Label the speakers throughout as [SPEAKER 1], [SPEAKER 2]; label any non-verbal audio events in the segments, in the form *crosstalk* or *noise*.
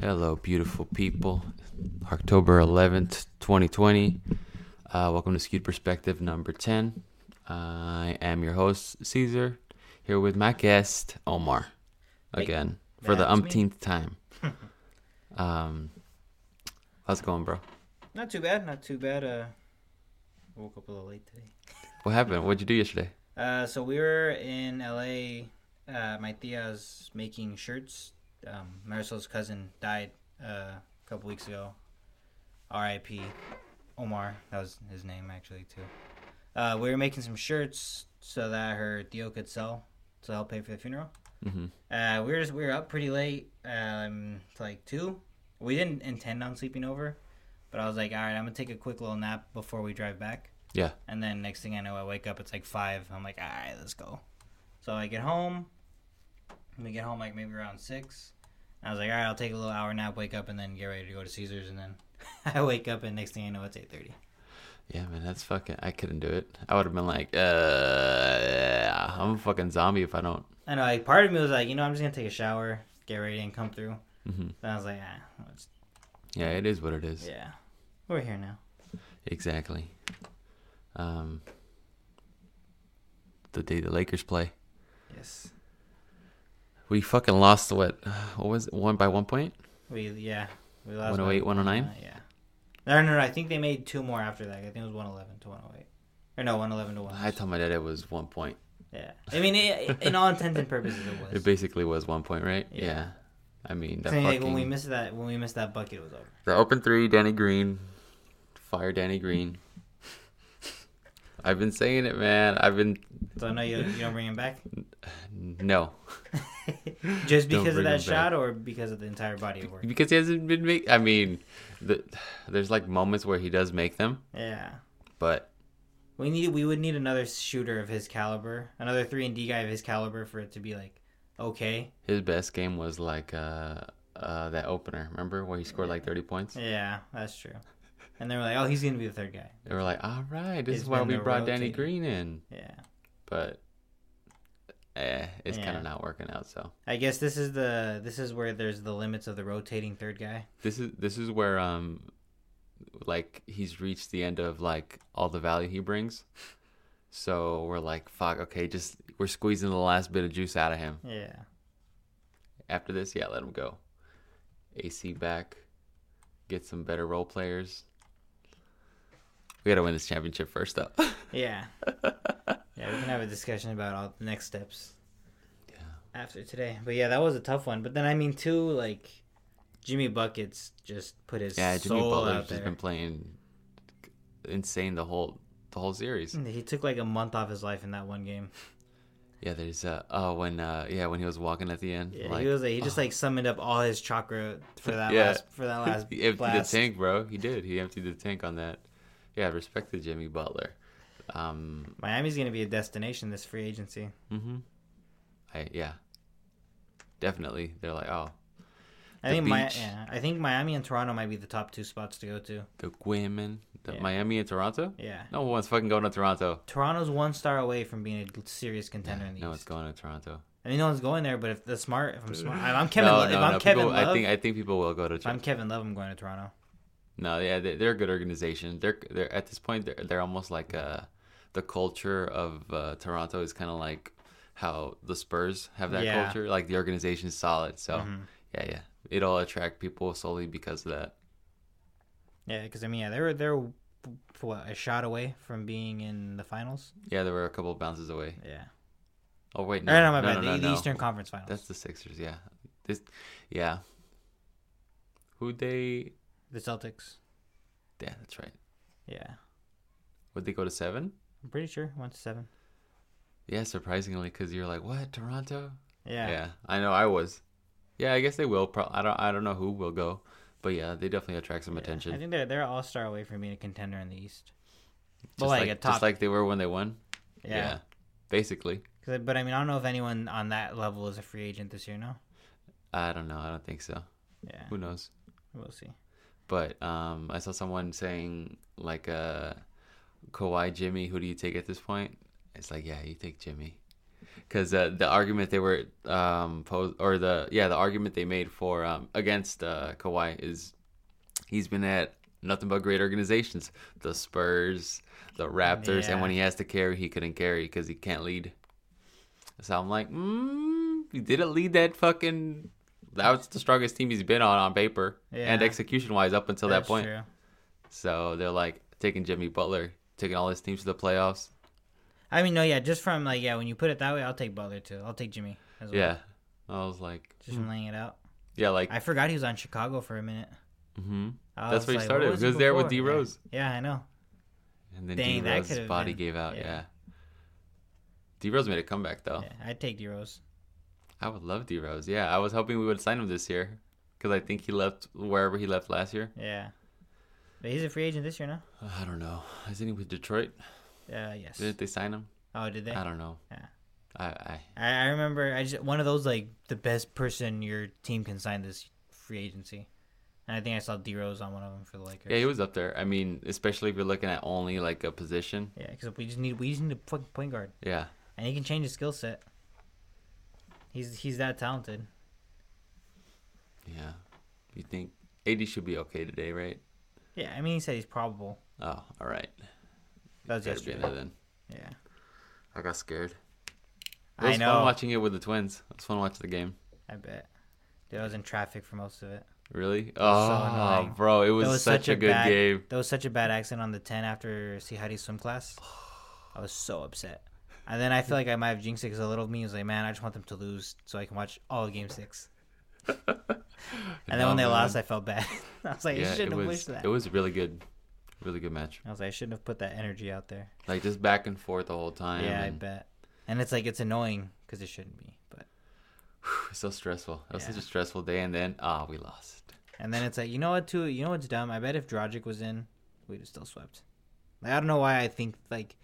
[SPEAKER 1] Hello, beautiful people. October 11th, 2020. Uh, welcome to Skewed Perspective number 10. I am your host, Caesar, here with my guest, Omar,
[SPEAKER 2] Hey,
[SPEAKER 1] again, for the
[SPEAKER 2] that's me.
[SPEAKER 1] umpteenth
[SPEAKER 2] *laughs*
[SPEAKER 1] time. um, how's it going, bro?
[SPEAKER 2] Not too bad, not too bad. Uh, I woke up a little late today.
[SPEAKER 1] What happened? What'd you do yesterday?
[SPEAKER 2] Uh, so we were in LA. Uh, my tia's making shirts. Um, Marisol's cousin died uh, a couple weeks ago. R.I.P. Omar. That was his name actually too. Uh, we were making some shirts so that her tio could sell to help pay for the funeral.
[SPEAKER 1] Mhm.
[SPEAKER 2] Uh, we were just, we were up pretty late, um, to like two. We didn't intend on sleeping over, but I was like, all right, I'm gonna take a quick little nap before we drive back.
[SPEAKER 1] Yeah.
[SPEAKER 2] And then next thing I know, I wake up. It's like five. I'm like, all right, let's go. So I get home. We get home like maybe around six. I was like, all right, I'll take a little hour nap, wake up, and then get ready to go to Caesars. And then *laughs* I wake up, and next thing I know, it's eight thirty.
[SPEAKER 1] Yeah, man, that's fucking. I couldn't do it. I would have been like, uh, I'm a fucking zombie if I don't.
[SPEAKER 2] I know. Like part of me was like, you know, I'm just gonna take a shower, get ready, and come through.
[SPEAKER 1] hmm
[SPEAKER 2] Then I was like, ah, let's-
[SPEAKER 1] Yeah, it is what it is.
[SPEAKER 2] yeah, we're here now.
[SPEAKER 1] Exactly. Um, the day the Lakers play,
[SPEAKER 2] Yes.
[SPEAKER 1] we fucking lost what? What was it? One by one point?
[SPEAKER 2] We yeah. We lost. by-
[SPEAKER 1] 108, 109?
[SPEAKER 2] uh, yeah. No, no, no. I think they made two more after that. I think it was one eleven to one oh eight. Or no, one eleven to one.
[SPEAKER 1] I told my dad it was one point.
[SPEAKER 2] Yeah, I mean, it, in all intents and purposes, it
[SPEAKER 1] It
[SPEAKER 2] was.
[SPEAKER 1] basically was one point, right? Yeah.
[SPEAKER 2] Yeah.
[SPEAKER 1] I mean, that
[SPEAKER 2] I mean, like, when we
[SPEAKER 1] fucking-
[SPEAKER 2] missed that, when we missed that bucket, it was over.
[SPEAKER 1] the open three, Danny Green, fire Danny Green. I've been saying it, man. I've been
[SPEAKER 2] So no, you, you don't bring
[SPEAKER 1] *laughs*
[SPEAKER 2] him back
[SPEAKER 1] no Don't
[SPEAKER 2] just because
[SPEAKER 1] bring
[SPEAKER 2] of
[SPEAKER 1] him
[SPEAKER 2] that shot, or because of the entire body of work.
[SPEAKER 1] because he hasn't been make. I mean, the, there's like moments where he does make them,
[SPEAKER 2] Yeah,
[SPEAKER 1] but
[SPEAKER 2] we need we would need another shooter of his caliber, another three and D guy of his caliber for it to be like okay.
[SPEAKER 1] His best game was like uh, uh, that opener. Remember where he scored like 30 points?
[SPEAKER 2] Yeah, that's true. And they were like, oh, he's gonna be the third guy.
[SPEAKER 1] They were like, "All right, this
[SPEAKER 2] It's
[SPEAKER 1] is why
[SPEAKER 2] been
[SPEAKER 1] we
[SPEAKER 2] the
[SPEAKER 1] brought Danny
[SPEAKER 2] rotating.
[SPEAKER 1] Green in,"
[SPEAKER 2] Yeah,
[SPEAKER 1] but eh, it's kind
[SPEAKER 2] Yeah.
[SPEAKER 1] of not working out. So
[SPEAKER 2] I guess this is the this is where there's the limits of the rotating third guy.
[SPEAKER 1] this is this is where um, like he's reached the end of like all the value he brings. *laughs* So we're like, "Fuck, okay, just we're squeezing the last bit of juice out of him."
[SPEAKER 2] Yeah,
[SPEAKER 1] After this, yeah, let him go. AC back, get some better role players. We gotta win this championship first,
[SPEAKER 2] *laughs*
[SPEAKER 1] though. *laughs*
[SPEAKER 2] yeah, yeah. We can have a discussion about all the next steps.
[SPEAKER 1] Yeah.
[SPEAKER 2] after today. But yeah, that was a tough one. But then I mean, too, like Jimmy buckets just put his
[SPEAKER 1] Yeah, Jimmy
[SPEAKER 2] soul
[SPEAKER 1] Butler's
[SPEAKER 2] out there.
[SPEAKER 1] just been playing insane the whole the whole series.
[SPEAKER 2] He took like a month off his life in that one game.
[SPEAKER 1] Yeah, there's uh oh when uh yeah when he was walking at the end.
[SPEAKER 2] Yeah,
[SPEAKER 1] like,
[SPEAKER 2] he was like, he just like summoned up all his chakra for
[SPEAKER 1] *laughs*
[SPEAKER 2] that
[SPEAKER 1] Yeah.
[SPEAKER 2] last for that last
[SPEAKER 1] *laughs* he emptied
[SPEAKER 2] blast.
[SPEAKER 1] the tank, bro. He did. He emptied the tank on that. Yeah, I respect to Jimmy Butler. Um,
[SPEAKER 2] Miami's gonna be a destination this free agency.
[SPEAKER 1] hmm I yeah, definitely. They're like, oh,
[SPEAKER 2] I
[SPEAKER 1] The
[SPEAKER 2] think Mi-
[SPEAKER 1] beach.
[SPEAKER 2] yeah, I think Miami and Toronto might be the top two spots to go to.
[SPEAKER 1] the women, the
[SPEAKER 2] Yeah.
[SPEAKER 1] Miami and Toronto.
[SPEAKER 2] Yeah,
[SPEAKER 1] No one's fucking going to Toronto.
[SPEAKER 2] Toronto's one star away from being a serious contender in the
[SPEAKER 1] No one's
[SPEAKER 2] East.
[SPEAKER 1] going to Toronto.
[SPEAKER 2] I mean, no one's going there. But if the smart, if I'm smart, if
[SPEAKER 1] *laughs*
[SPEAKER 2] I'm Kevin,
[SPEAKER 1] no,
[SPEAKER 2] Lo- if
[SPEAKER 1] no,
[SPEAKER 2] I'm
[SPEAKER 1] no.
[SPEAKER 2] Kevin
[SPEAKER 1] people,
[SPEAKER 2] Love,
[SPEAKER 1] I think I think people will go to
[SPEAKER 2] if I'm
[SPEAKER 1] Toronto.
[SPEAKER 2] Kevin Love, I'm going to Toronto.
[SPEAKER 1] No, yeah, they, they're a good organization. They're they're at this point they're they're almost like uh the culture of uh, Toronto is kind of like how the Spurs have that
[SPEAKER 2] Yeah.
[SPEAKER 1] culture. Like the organization is solid. So
[SPEAKER 2] Mhm.
[SPEAKER 1] yeah, yeah, it'll attract people solely because of that.
[SPEAKER 2] Yeah, because I mean, yeah, they were they're what a shot away from being in the finals.
[SPEAKER 1] Yeah, there were a couple of bounces away.
[SPEAKER 2] Yeah,
[SPEAKER 1] Oh wait,
[SPEAKER 2] no,
[SPEAKER 1] no,
[SPEAKER 2] no, my
[SPEAKER 1] no,
[SPEAKER 2] bad.
[SPEAKER 1] no, no,
[SPEAKER 2] the, the
[SPEAKER 1] no.
[SPEAKER 2] Eastern Conference Finals.
[SPEAKER 1] That's the Sixers. Yeah, this, yeah. Who they?
[SPEAKER 2] The Celtics.
[SPEAKER 1] Yeah, that's right.
[SPEAKER 2] Yeah,
[SPEAKER 1] Would they go to seven?
[SPEAKER 2] I'm pretty sure one to seven.
[SPEAKER 1] Yeah, surprisingly, because you're like, what Toronto?
[SPEAKER 2] Yeah.
[SPEAKER 1] I know. I was. Yeah, I guess they will. Pro- I don't. I don't know who will go, but yeah, they definitely attract some
[SPEAKER 2] Yeah.
[SPEAKER 1] attention.
[SPEAKER 2] I think they're they're all star away from being a contender in the East.
[SPEAKER 1] just
[SPEAKER 2] But like, a top,
[SPEAKER 1] just like they were when they won. Yeah.
[SPEAKER 2] yeah.
[SPEAKER 1] Basically,
[SPEAKER 2] 'Cause- But I mean, I don't know if anyone on that level is a free agent this year. No.
[SPEAKER 1] I don't know. I don't think so.
[SPEAKER 2] Yeah,
[SPEAKER 1] Who knows?
[SPEAKER 2] we'll see.
[SPEAKER 1] But um, I saw someone saying like, uh, Kawhi, Jimmy, who do you take at this point? It's like, yeah, you take Jimmy. because uh, the argument they were um pos- or the yeah the argument they made for um against uh, Kawhi is he's been at nothing but great organizations, the Spurs, the Raptors, and when he has to carry, he couldn't carry because he can't lead. So I'm like, mm, he didn't lead that fucking. That was the strongest team he's been on on paper and
[SPEAKER 2] Yeah.
[SPEAKER 1] execution wise up until
[SPEAKER 2] That's
[SPEAKER 1] that point.
[SPEAKER 2] true.
[SPEAKER 1] So they're like taking Jimmy Butler, taking all his teams to the playoffs.
[SPEAKER 2] I mean, no, yeah, just from like, yeah, when you put it that way, I'll take Butler too. I'll take Jimmy as well.
[SPEAKER 1] Yeah. I was like,
[SPEAKER 2] Just from laying it out.
[SPEAKER 1] yeah, like,
[SPEAKER 2] I forgot he was on Chicago for a minute.
[SPEAKER 1] hmm
[SPEAKER 2] I
[SPEAKER 1] That's where he
[SPEAKER 2] like, what
[SPEAKER 1] started.
[SPEAKER 2] was
[SPEAKER 1] He was there with
[SPEAKER 2] before?
[SPEAKER 1] D. Rose.
[SPEAKER 2] Yeah, Yeah, I know.
[SPEAKER 1] and then D
[SPEAKER 2] Dang, that
[SPEAKER 1] Rose's
[SPEAKER 2] could've
[SPEAKER 1] body
[SPEAKER 2] been-
[SPEAKER 1] gave out. Yeah.
[SPEAKER 2] yeah.
[SPEAKER 1] D Rose made a comeback though.
[SPEAKER 2] Yeah, I'd take D Rose.
[SPEAKER 1] I would love D Rose. Yeah, I was hoping we would sign him this year because I think he left wherever he left last year.
[SPEAKER 2] Yeah. But he's a free agent this year now.
[SPEAKER 1] I don't know. Isn't he with Detroit?
[SPEAKER 2] Uh, yes.
[SPEAKER 1] Didn't they sign him?
[SPEAKER 2] Oh, did they?
[SPEAKER 1] I
[SPEAKER 2] I,
[SPEAKER 1] don't know.
[SPEAKER 2] Yeah.
[SPEAKER 1] I, I
[SPEAKER 2] I remember. I just one of those like the best person your team can sign this free agency, and I think I saw D Rose on one of them for the Lakers.
[SPEAKER 1] yeah, he was up there. I mean, especially if you're looking at only like a position.
[SPEAKER 2] Yeah, because we just need we just need a fucking point guard,
[SPEAKER 1] Yeah,
[SPEAKER 2] and he can change his skill set. He's he's that talented.
[SPEAKER 1] yeah. You think AD should be okay today, right?
[SPEAKER 2] Yeah, I mean he said he's probable.
[SPEAKER 1] Oh, all right.
[SPEAKER 2] That was
[SPEAKER 1] Better be in there
[SPEAKER 2] yesterday.
[SPEAKER 1] then.
[SPEAKER 2] Yeah,
[SPEAKER 1] I got scared. It
[SPEAKER 2] I
[SPEAKER 1] was fun
[SPEAKER 2] know.
[SPEAKER 1] watching it with the twins. It was fun watching the game.
[SPEAKER 2] I bet. Dude, I was in traffic for most of it.
[SPEAKER 1] Really?
[SPEAKER 2] annoying.
[SPEAKER 1] Oh, bro, it was,
[SPEAKER 2] That was
[SPEAKER 1] such,
[SPEAKER 2] such
[SPEAKER 1] a
[SPEAKER 2] a
[SPEAKER 1] good
[SPEAKER 2] bad-
[SPEAKER 1] game.
[SPEAKER 2] There was such a bad accident on the 10 after Sihari's swim class. I was so upset. And then I feel like I might have jinxed it because a little of me was like, man, I just want them to lose so I can watch all of game six. And then when they
[SPEAKER 1] No,
[SPEAKER 2] lost,
[SPEAKER 1] man.
[SPEAKER 2] I felt bad. *laughs* I was like, I
[SPEAKER 1] yeah,
[SPEAKER 2] shouldn't
[SPEAKER 1] it was
[SPEAKER 2] have wished that.
[SPEAKER 1] it was really good, really good match.
[SPEAKER 2] I was like, I shouldn't have put that energy out there.
[SPEAKER 1] Like just back and forth the whole time.
[SPEAKER 2] yeah, I
[SPEAKER 1] and
[SPEAKER 2] bet. And it's like, it's annoying because it shouldn't be. But
[SPEAKER 1] it was so stressful. It was
[SPEAKER 2] Yeah.
[SPEAKER 1] such a stressful day, and then ah, we lost.
[SPEAKER 2] And then it's like, you know what, too? You know what's dumb? I bet if Drogic was in, we'd have still swept. Like, I don't know why I think, like,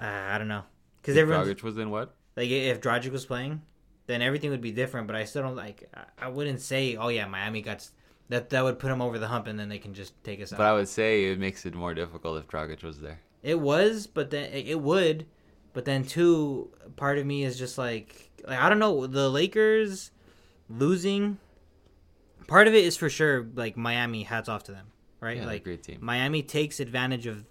[SPEAKER 2] uh, I don't know. Because
[SPEAKER 1] If
[SPEAKER 2] everyone's
[SPEAKER 1] Dragic was in what?
[SPEAKER 2] Like i- if Drogic was playing, then everything would be different. But I still don't like. I- I wouldn't say, oh yeah, Miami got s- that. That would put them over the hump, and then they can just take us out.
[SPEAKER 1] But I would say it makes it more difficult if Dragic was there.
[SPEAKER 2] it was, but then it it would. But then too, part of me is just like, like I don't know, the Lakers losing. Part of it is for sure like Miami. Hats off to them, right?
[SPEAKER 1] Yeah, they're a
[SPEAKER 2] like
[SPEAKER 1] great team.
[SPEAKER 2] Miami takes advantage of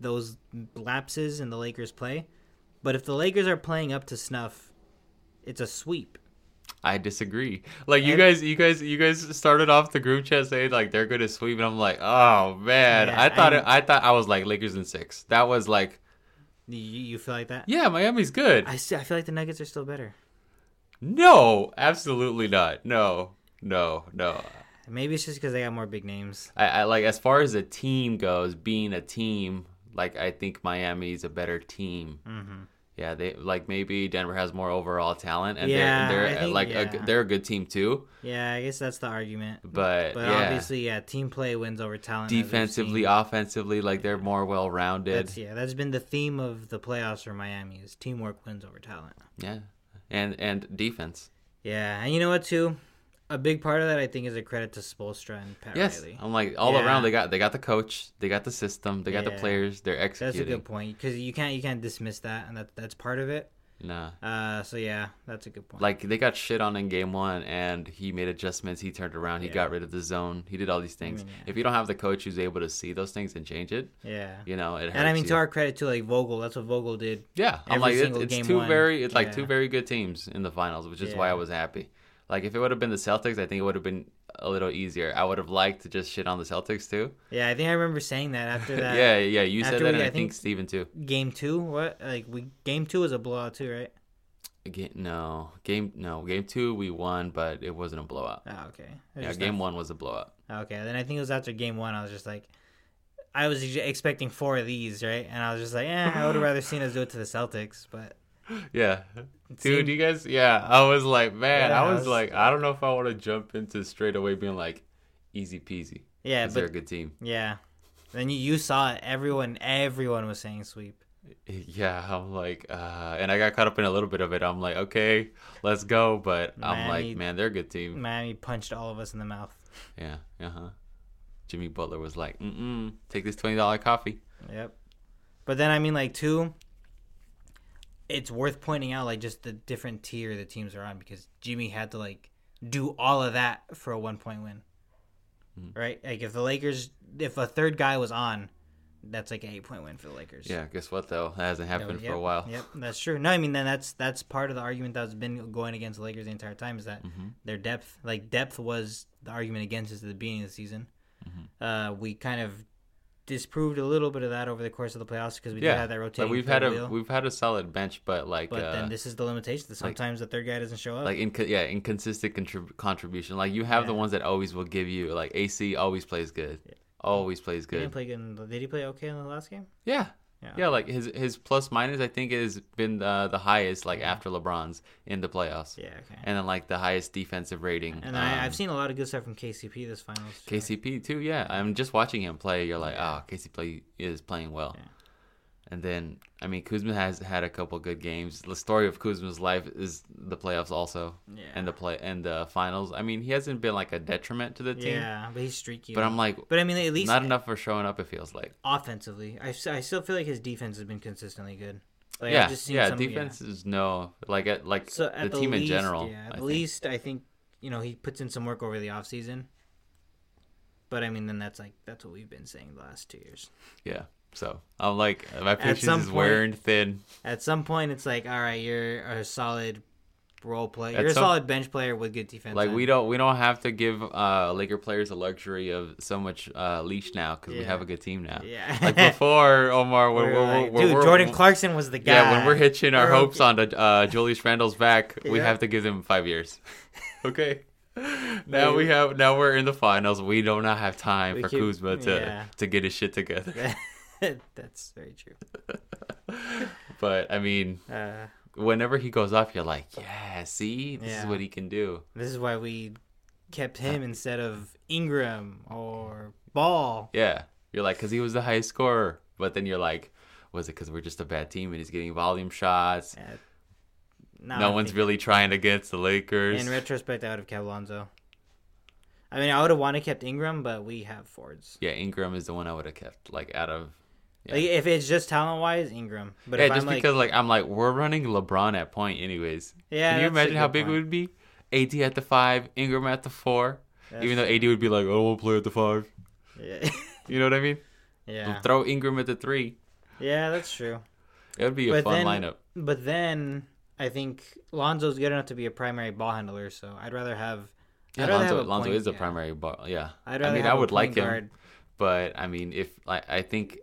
[SPEAKER 2] those lapses in the Lakers' play. But if the Lakers are playing up to snuff, it's a sweep.
[SPEAKER 1] I disagree. Like you
[SPEAKER 2] And-
[SPEAKER 1] guys, you guys, you guys started off the group chat saying like they're gonna sweep, and I'm like, oh man,
[SPEAKER 2] Yeah,
[SPEAKER 1] I thought
[SPEAKER 2] I-
[SPEAKER 1] it, I thought I was like Lakers in six. That was like,
[SPEAKER 2] You, you feel like that?
[SPEAKER 1] yeah, Miami's good.
[SPEAKER 2] I, see, I feel like the Nuggets are still better.
[SPEAKER 1] No, absolutely not. No, no, no.
[SPEAKER 2] Maybe it's just because they got more big names.
[SPEAKER 1] I, I like as far as a team goes, being a team, like I think Miami's a better team.
[SPEAKER 2] Mhm.
[SPEAKER 1] Yeah, they like maybe Denver has more overall talent, and
[SPEAKER 2] Yeah,
[SPEAKER 1] they're,
[SPEAKER 2] I
[SPEAKER 1] they're
[SPEAKER 2] think-
[SPEAKER 1] like a,
[SPEAKER 2] yeah.
[SPEAKER 1] they're a good team too.
[SPEAKER 2] Yeah, I guess that's the argument.
[SPEAKER 1] But,
[SPEAKER 2] But
[SPEAKER 1] yeah,
[SPEAKER 2] obviously, yeah, team play wins over talent. as we've
[SPEAKER 1] defensively,
[SPEAKER 2] seen.
[SPEAKER 1] offensively, like they're more well rounded.
[SPEAKER 2] That's, yeah, that's been the theme of the playoffs for Miami is teamwork wins over talent.
[SPEAKER 1] Yeah, and and defense.
[SPEAKER 2] Yeah, and you know what too, a big part of that I think is a credit to Spolstra and Pat
[SPEAKER 1] Yes,
[SPEAKER 2] Riley.
[SPEAKER 1] I'm like all
[SPEAKER 2] Yeah.
[SPEAKER 1] around. They got they got the coach, they got the system, they got the
[SPEAKER 2] Yeah.
[SPEAKER 1] players. They're
[SPEAKER 2] That's a
[SPEAKER 1] executing.
[SPEAKER 2] good point because you can't you can't dismiss that, and that that's part of it.
[SPEAKER 1] Nah.
[SPEAKER 2] Uh, so yeah, that's a good point.
[SPEAKER 1] like they got shit on in game one and he made adjustments he turned around he
[SPEAKER 2] Yeah.
[SPEAKER 1] got rid of the zone he did all these things
[SPEAKER 2] mean, yeah.
[SPEAKER 1] if you don't have the coach who's able to see those things and change it
[SPEAKER 2] yeah,
[SPEAKER 1] you know it hurts
[SPEAKER 2] and I mean
[SPEAKER 1] you.
[SPEAKER 2] to our credit too, like Vogel, that's what Vogel did
[SPEAKER 1] yeah i'm
[SPEAKER 2] every
[SPEAKER 1] like it,
[SPEAKER 2] single game
[SPEAKER 1] it's two
[SPEAKER 2] one.
[SPEAKER 1] very it's like two
[SPEAKER 2] Yeah.
[SPEAKER 1] very good teams in the finals which is why
[SPEAKER 2] Yeah.
[SPEAKER 1] i was happy like if it would have been the celtics i think it would have been a little easier i would have liked to just shit on the celtics too
[SPEAKER 2] Yeah, I think I remember saying
[SPEAKER 1] *laughs*
[SPEAKER 2] that after that
[SPEAKER 1] yeah yeah you said
[SPEAKER 2] after
[SPEAKER 1] that
[SPEAKER 2] we-
[SPEAKER 1] and i
[SPEAKER 2] I
[SPEAKER 1] think,
[SPEAKER 2] think-
[SPEAKER 1] steven too
[SPEAKER 2] game two. What like we game two was a blowout too, right?
[SPEAKER 1] Ga- no game no game two we won but it wasn't a blowout
[SPEAKER 2] Oh, okay. It was
[SPEAKER 1] yeah
[SPEAKER 2] just
[SPEAKER 1] game one was a blowout
[SPEAKER 2] that- Okay, then I think it was after game one. I was just like, I was ex- expecting four of these, right? And I was just like, eh, I would have rather seen us do it to the Celtics, but
[SPEAKER 1] Yeah. Dude,
[SPEAKER 2] seemed-
[SPEAKER 1] you guys, yeah, I was like, man,
[SPEAKER 2] Yeah,
[SPEAKER 1] I
[SPEAKER 2] I
[SPEAKER 1] was
[SPEAKER 2] was-
[SPEAKER 1] like, I don't know if I want to jump into straight away being like, easy peasy.
[SPEAKER 2] yeah,
[SPEAKER 1] 'cause they're a
[SPEAKER 2] but
[SPEAKER 1] good team.
[SPEAKER 2] yeah. Then you, you saw it. Everyone, everyone was saying sweep.
[SPEAKER 1] Yeah, I'm like, uh, and I got caught up in a little bit of it. I'm like, okay, let's go. But I'm like,
[SPEAKER 2] Miami-
[SPEAKER 1] man, they're a good team.
[SPEAKER 2] Miami punched all of us in the mouth.
[SPEAKER 1] Yeah, uh huh. Jimmy Butler was like, mm mm, take this $20 coffee.
[SPEAKER 2] Yep. But then I mean, like two. it's worth pointing out like just the different tier the teams are on because Jimmy had to like do all of that for a one point win.
[SPEAKER 1] Hmm.
[SPEAKER 2] Right? Like if the Lakers if a third guy was on, that's like an eight point win for the Lakers.
[SPEAKER 1] Yeah, guess what though? That hasn't
[SPEAKER 2] That
[SPEAKER 1] happened
[SPEAKER 2] was-
[SPEAKER 1] for
[SPEAKER 2] yep,
[SPEAKER 1] a while.
[SPEAKER 2] Yep, that's true. No, I mean then that's that's part of the argument that's been going against the Lakers the entire time is that
[SPEAKER 1] Mm-hmm.
[SPEAKER 2] their depth, like depth, was the argument against us at the beginning of the season.
[SPEAKER 1] Mm-hmm.
[SPEAKER 2] Uh, we kind of disproved a little bit of that over the course of the playoffs because we
[SPEAKER 1] Yeah,
[SPEAKER 2] did have that
[SPEAKER 1] like,
[SPEAKER 2] rotating.
[SPEAKER 1] we've had a
[SPEAKER 2] third wheel.
[SPEAKER 1] we've had a solid bench, but like
[SPEAKER 2] but
[SPEAKER 1] uh,
[SPEAKER 2] then this is the limitation that sometimes the third guy doesn't show up.
[SPEAKER 1] like inco- yeah, inconsistent contrib- contribution. Like you have the
[SPEAKER 2] Yeah.
[SPEAKER 1] ones that always will give you. Like AC always plays good, always plays
[SPEAKER 2] he didn't
[SPEAKER 1] good.
[SPEAKER 2] play good. In the, did he play okay in the last game?
[SPEAKER 1] yeah.
[SPEAKER 2] Yeah.
[SPEAKER 1] Yeah, like his his plus minus I think has been uh, the highest like after LeBron's in the playoffs,
[SPEAKER 2] Yeah, okay.
[SPEAKER 1] and then like the highest defensive rating.
[SPEAKER 2] And I,
[SPEAKER 1] um,
[SPEAKER 2] I've seen a lot of good stuff from KCP this finals. too.
[SPEAKER 1] KCP too. Yeah, I'm just watching him play. You're like, oh, KCP play- is playing well.
[SPEAKER 2] Yeah.
[SPEAKER 1] And then, I mean, Kuzma has had a couple good games. The story of Kuzma's life is the playoffs, also,
[SPEAKER 2] Yeah.
[SPEAKER 1] and the play and the finals. I mean, he hasn't been like a detriment to the team,
[SPEAKER 2] yeah, but he's streaky.
[SPEAKER 1] but I'm like,
[SPEAKER 2] but I mean, at least
[SPEAKER 1] not enough for showing up. It feels like,
[SPEAKER 2] offensively. I, s- I still feel like his defense has been consistently good. Like, I've
[SPEAKER 1] yeah,
[SPEAKER 2] seen
[SPEAKER 1] yeah.
[SPEAKER 2] some-
[SPEAKER 1] defense is no like at, like
[SPEAKER 2] So
[SPEAKER 1] the
[SPEAKER 2] at
[SPEAKER 1] team
[SPEAKER 2] least,
[SPEAKER 1] in general.
[SPEAKER 2] Yeah,
[SPEAKER 1] I
[SPEAKER 2] at
[SPEAKER 1] think.
[SPEAKER 2] least I think you know he puts in some work over the offseason. But I mean, then that's like that's what we've been saying the last two years.
[SPEAKER 1] yeah. So I'm like, my patience
[SPEAKER 2] some
[SPEAKER 1] is
[SPEAKER 2] point-
[SPEAKER 1] wearing thin.
[SPEAKER 2] At some point, it's like, all right, you're a solid role player.
[SPEAKER 1] At
[SPEAKER 2] You're a
[SPEAKER 1] some-
[SPEAKER 2] solid bench player with good defense.
[SPEAKER 1] Like we
[SPEAKER 2] and-
[SPEAKER 1] don't we don't have to give uh Laker players the luxury of so much uh leash now because we
[SPEAKER 2] Yeah.
[SPEAKER 1] have a good team now.
[SPEAKER 2] Yeah.
[SPEAKER 1] *laughs* Like before Omar, when
[SPEAKER 2] *laughs* We're
[SPEAKER 1] we're,
[SPEAKER 2] like,
[SPEAKER 1] we're-
[SPEAKER 2] dude,
[SPEAKER 1] we're-
[SPEAKER 2] Jordan
[SPEAKER 1] we're-
[SPEAKER 2] Clarkson was the guy.
[SPEAKER 1] Yeah, when we're hitching our
[SPEAKER 2] We're
[SPEAKER 1] hopes onto uh, Julius Randle's back, we
[SPEAKER 2] Yeah.
[SPEAKER 1] have to give them five years. *laughs*
[SPEAKER 2] *laughs*
[SPEAKER 1] okay. Now we have now we're in the finals. We do not have time
[SPEAKER 2] We
[SPEAKER 1] for
[SPEAKER 2] keep-
[SPEAKER 1] Kuzma to
[SPEAKER 2] yeah.
[SPEAKER 1] to get his shit together.
[SPEAKER 2] *laughs* that's very true.
[SPEAKER 1] But I mean,
[SPEAKER 2] Uh,
[SPEAKER 1] whenever he goes off, you're like, yeah, see, this is
[SPEAKER 2] Yeah.
[SPEAKER 1] what he can do.
[SPEAKER 2] this is why we kept
[SPEAKER 1] *laughs*
[SPEAKER 2] him instead of Ingram or Ball.
[SPEAKER 1] Yeah. You're like, because he was the highest scorer. But then you're like, was it because we're just a bad team and he's getting volume shots?
[SPEAKER 2] Uh, now
[SPEAKER 1] no
[SPEAKER 2] I'm
[SPEAKER 1] one's
[SPEAKER 2] thinking-
[SPEAKER 1] really trying against the Lakers.
[SPEAKER 2] In retrospect, I would have kept Lonzo. I mean, I would have wanted kept Ingram, but we have Fords.
[SPEAKER 1] yeah, Ingram is the one I would have kept, like, out of. Yeah.
[SPEAKER 2] Like, if it's just talent wise, Ingram. But
[SPEAKER 1] yeah,
[SPEAKER 2] if
[SPEAKER 1] just
[SPEAKER 2] I'm like,
[SPEAKER 1] because, like, I'm like, we're running LeBron at point, anyways.
[SPEAKER 2] Yeah,
[SPEAKER 1] Can you
[SPEAKER 2] that's a
[SPEAKER 1] imagine how
[SPEAKER 2] good
[SPEAKER 1] big it
[SPEAKER 2] point.
[SPEAKER 1] would be? AD at the five, Ingram at the four. Even though AD would be like, I don't want to play at the five.
[SPEAKER 2] *laughs* yeah,
[SPEAKER 1] You know what I mean?
[SPEAKER 2] yeah,
[SPEAKER 1] Throw Ingram at the three.
[SPEAKER 2] yeah, that's true.
[SPEAKER 1] It would be a
[SPEAKER 2] But
[SPEAKER 1] fun
[SPEAKER 2] then-
[SPEAKER 1] lineup.
[SPEAKER 2] But then I think Lonzo's good enough to be a primary ball handler, so I'd rather have.
[SPEAKER 1] Yeah,
[SPEAKER 2] I'd rather
[SPEAKER 1] Lonzo,
[SPEAKER 2] have a
[SPEAKER 1] Lonzo
[SPEAKER 2] point-
[SPEAKER 1] is the
[SPEAKER 2] yeah.
[SPEAKER 1] primary ball. Yeah.
[SPEAKER 2] I'd
[SPEAKER 1] I
[SPEAKER 2] rather
[SPEAKER 1] mean,
[SPEAKER 2] have
[SPEAKER 1] I
[SPEAKER 2] a
[SPEAKER 1] would like
[SPEAKER 2] point
[SPEAKER 1] him.
[SPEAKER 2] guard.
[SPEAKER 1] But I mean, if I, I think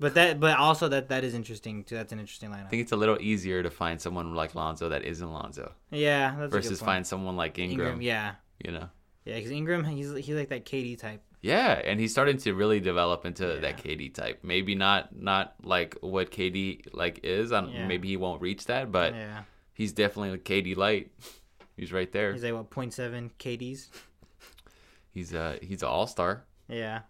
[SPEAKER 2] But that, but also that that is interesting too. That's an interesting
[SPEAKER 1] I
[SPEAKER 2] lineup.
[SPEAKER 1] think it's a little easier to find someone like Lonzo that isn't Lonzo
[SPEAKER 2] yeah, that's a
[SPEAKER 1] versus
[SPEAKER 2] good point.
[SPEAKER 1] find someone like Ingram.
[SPEAKER 2] Ingram. Yeah,
[SPEAKER 1] You know,
[SPEAKER 2] yeah, because Ingram, he's he's like that KD type.
[SPEAKER 1] yeah, and he's starting to really develop into
[SPEAKER 2] Yeah.
[SPEAKER 1] that KD type. Maybe not not like what KD like is. I don't,
[SPEAKER 2] Yeah.
[SPEAKER 1] Maybe he won't reach that, but
[SPEAKER 2] Yeah,
[SPEAKER 1] he's definitely like KD light. *laughs* He's right there.
[SPEAKER 2] he's like what 0.7 KDs.
[SPEAKER 1] He's a he's an all star.
[SPEAKER 2] Yeah.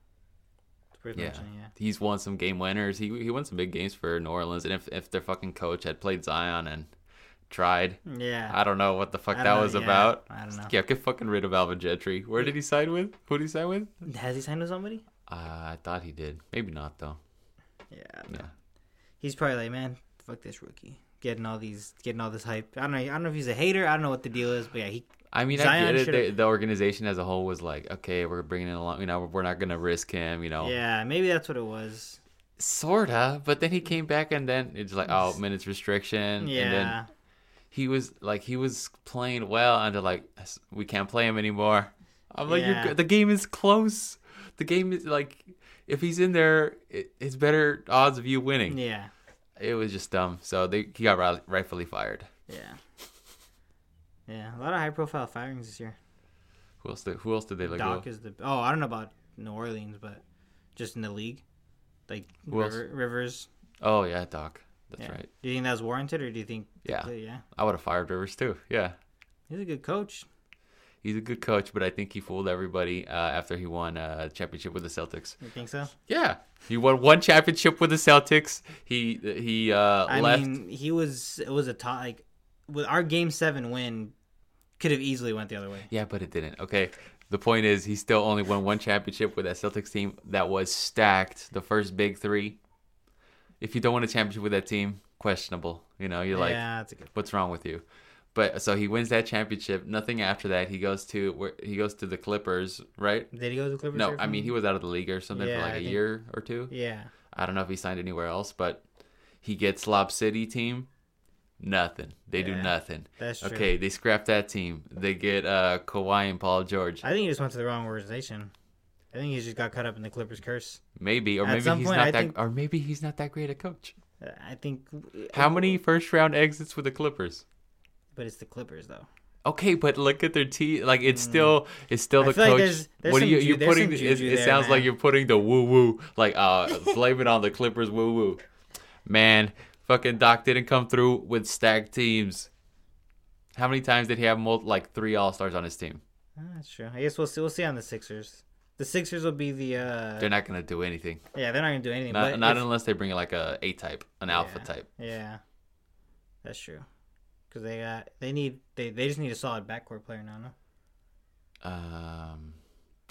[SPEAKER 2] It's worth
[SPEAKER 1] Yeah.
[SPEAKER 2] mentioning, yeah.
[SPEAKER 1] He's won some game winners. He he won some big games for New Orleans. And if if their fucking coach had played Zion and tried,
[SPEAKER 2] Mm, Yeah.
[SPEAKER 1] I don't know what the fuck that
[SPEAKER 2] I don't know,
[SPEAKER 1] was
[SPEAKER 2] yeah, Uh-huh.
[SPEAKER 1] about.
[SPEAKER 2] I don't know.
[SPEAKER 1] Yeah, get fucking rid of Alvin Gentry. Where did he sign with? Who did he sign with?
[SPEAKER 2] Has he signed with somebody?
[SPEAKER 1] Uh, I thought he did. Maybe not though.
[SPEAKER 2] Yeah.
[SPEAKER 1] Yeah.
[SPEAKER 2] He's probably like, man, fuck this rookie. Getting all these, getting all this hype. I don't know. I don't know if he's a hater. I don't know what the deal is, but yeah, he.
[SPEAKER 1] I mean, I
[SPEAKER 2] Zion
[SPEAKER 1] get it.
[SPEAKER 2] should've-
[SPEAKER 1] The, the organization as a whole was like, okay, we're bringing in along. You know, we're not gonna risk him. You know,
[SPEAKER 2] Yeah, maybe that's what it was.
[SPEAKER 1] sorta. But then he came back, and then it's like, oh, minutes restriction.
[SPEAKER 2] Yeah.
[SPEAKER 1] And then he was like, he was playing well, and they're like, we can't play him anymore. I'm like,
[SPEAKER 2] Yeah.
[SPEAKER 1] You're, good. the game is close. The game is like, if he's in there, it, it's better odds of you winning.
[SPEAKER 2] yeah.
[SPEAKER 1] It was just dumb. So they he got ri- rightfully fired.
[SPEAKER 2] Yeah. Yeah. A lot of high profile firings this year.
[SPEAKER 1] Who else? Did, who else did they let
[SPEAKER 2] Doc
[SPEAKER 1] go?
[SPEAKER 2] is the. Oh, I don't know about New Orleans, but just in the league. Like
[SPEAKER 1] Who else?
[SPEAKER 2] River, Rivers.
[SPEAKER 1] Oh yeah, Doc. That's
[SPEAKER 2] Yeah.
[SPEAKER 1] right.
[SPEAKER 2] Do you think that was warranted, or do you think.
[SPEAKER 1] Yeah,
[SPEAKER 2] Yeah.
[SPEAKER 1] I would have fired Rivers too. Yeah,
[SPEAKER 2] He's a good coach.
[SPEAKER 1] he's a good coach, but I think he fooled everybody uh, after he won a championship with the Celtics.
[SPEAKER 2] You think so?
[SPEAKER 1] Yeah, he won one championship with the Celtics. He he uh,
[SPEAKER 2] I
[SPEAKER 1] left.
[SPEAKER 2] mean, he was it was a top like with our game seven win could have easily went the other way.
[SPEAKER 1] yeah, but it didn't. Okay. The point is, he still only won one championship with that Celtics team that was stacked. The first big three. If you don't win a championship with that team, questionable. You know, you're like,
[SPEAKER 2] yeah, that's a good.
[SPEAKER 1] what's wrong with you? But so he wins that championship. Nothing after that. He goes to where he goes to the Clippers, right?
[SPEAKER 2] Did he go to the Clippers?
[SPEAKER 1] No,
[SPEAKER 2] or
[SPEAKER 1] I mean
[SPEAKER 2] something?
[SPEAKER 1] he was out of the league or something
[SPEAKER 2] Yeah,
[SPEAKER 1] for
[SPEAKER 2] I
[SPEAKER 1] like a
[SPEAKER 2] think-
[SPEAKER 1] year or two.
[SPEAKER 2] Yeah.
[SPEAKER 1] I don't know if he signed anywhere else, but he gets Lob City team. Nothing. They do
[SPEAKER 2] Yeah,
[SPEAKER 1] nothing.
[SPEAKER 2] that's true.
[SPEAKER 1] Okay, they scrap that team. They get uh Kawhi and Paul George.
[SPEAKER 2] I think he just went to the wrong organization. I think he just got caught up in the Clippers curse.
[SPEAKER 1] Maybe, or
[SPEAKER 2] At
[SPEAKER 1] maybe he's
[SPEAKER 2] some point,
[SPEAKER 1] not
[SPEAKER 2] I
[SPEAKER 1] that,
[SPEAKER 2] think-
[SPEAKER 1] or maybe he's not that great a coach.
[SPEAKER 2] Uh, I think.
[SPEAKER 1] How many first round exits with the Clippers?
[SPEAKER 2] But it's the Clippers, though.
[SPEAKER 1] Okay, but look at their team. Like it's still, it's still
[SPEAKER 2] Mm. I
[SPEAKER 1] the
[SPEAKER 2] feel like
[SPEAKER 1] coach.
[SPEAKER 2] there's- there's
[SPEAKER 1] what are
[SPEAKER 2] some
[SPEAKER 1] you?
[SPEAKER 2] ju-
[SPEAKER 1] You're
[SPEAKER 2] there's
[SPEAKER 1] putting.
[SPEAKER 2] some
[SPEAKER 1] It,
[SPEAKER 2] juju
[SPEAKER 1] it
[SPEAKER 2] there,
[SPEAKER 1] sounds like
[SPEAKER 2] man.
[SPEAKER 1] you're putting the woo woo, like uh, blame it on the Clippers. Woo woo. Man, fucking Doc didn't come through with stacked teams. How many times did he have multi, like three All Stars on his team?
[SPEAKER 2] Uh, that's true. I guess we'll see. We'll see on the Sixers. The Sixers will be the. uh
[SPEAKER 1] They're not gonna do anything.
[SPEAKER 2] Yeah, they're not gonna do anything.
[SPEAKER 1] Not,
[SPEAKER 2] but
[SPEAKER 1] not
[SPEAKER 2] if-
[SPEAKER 1] unless they bring like a A type, an alpha
[SPEAKER 2] Yeah.
[SPEAKER 1] type.
[SPEAKER 2] Yeah, that's true. Because they got they need they they just need a solid backcourt player now. No?
[SPEAKER 1] Um,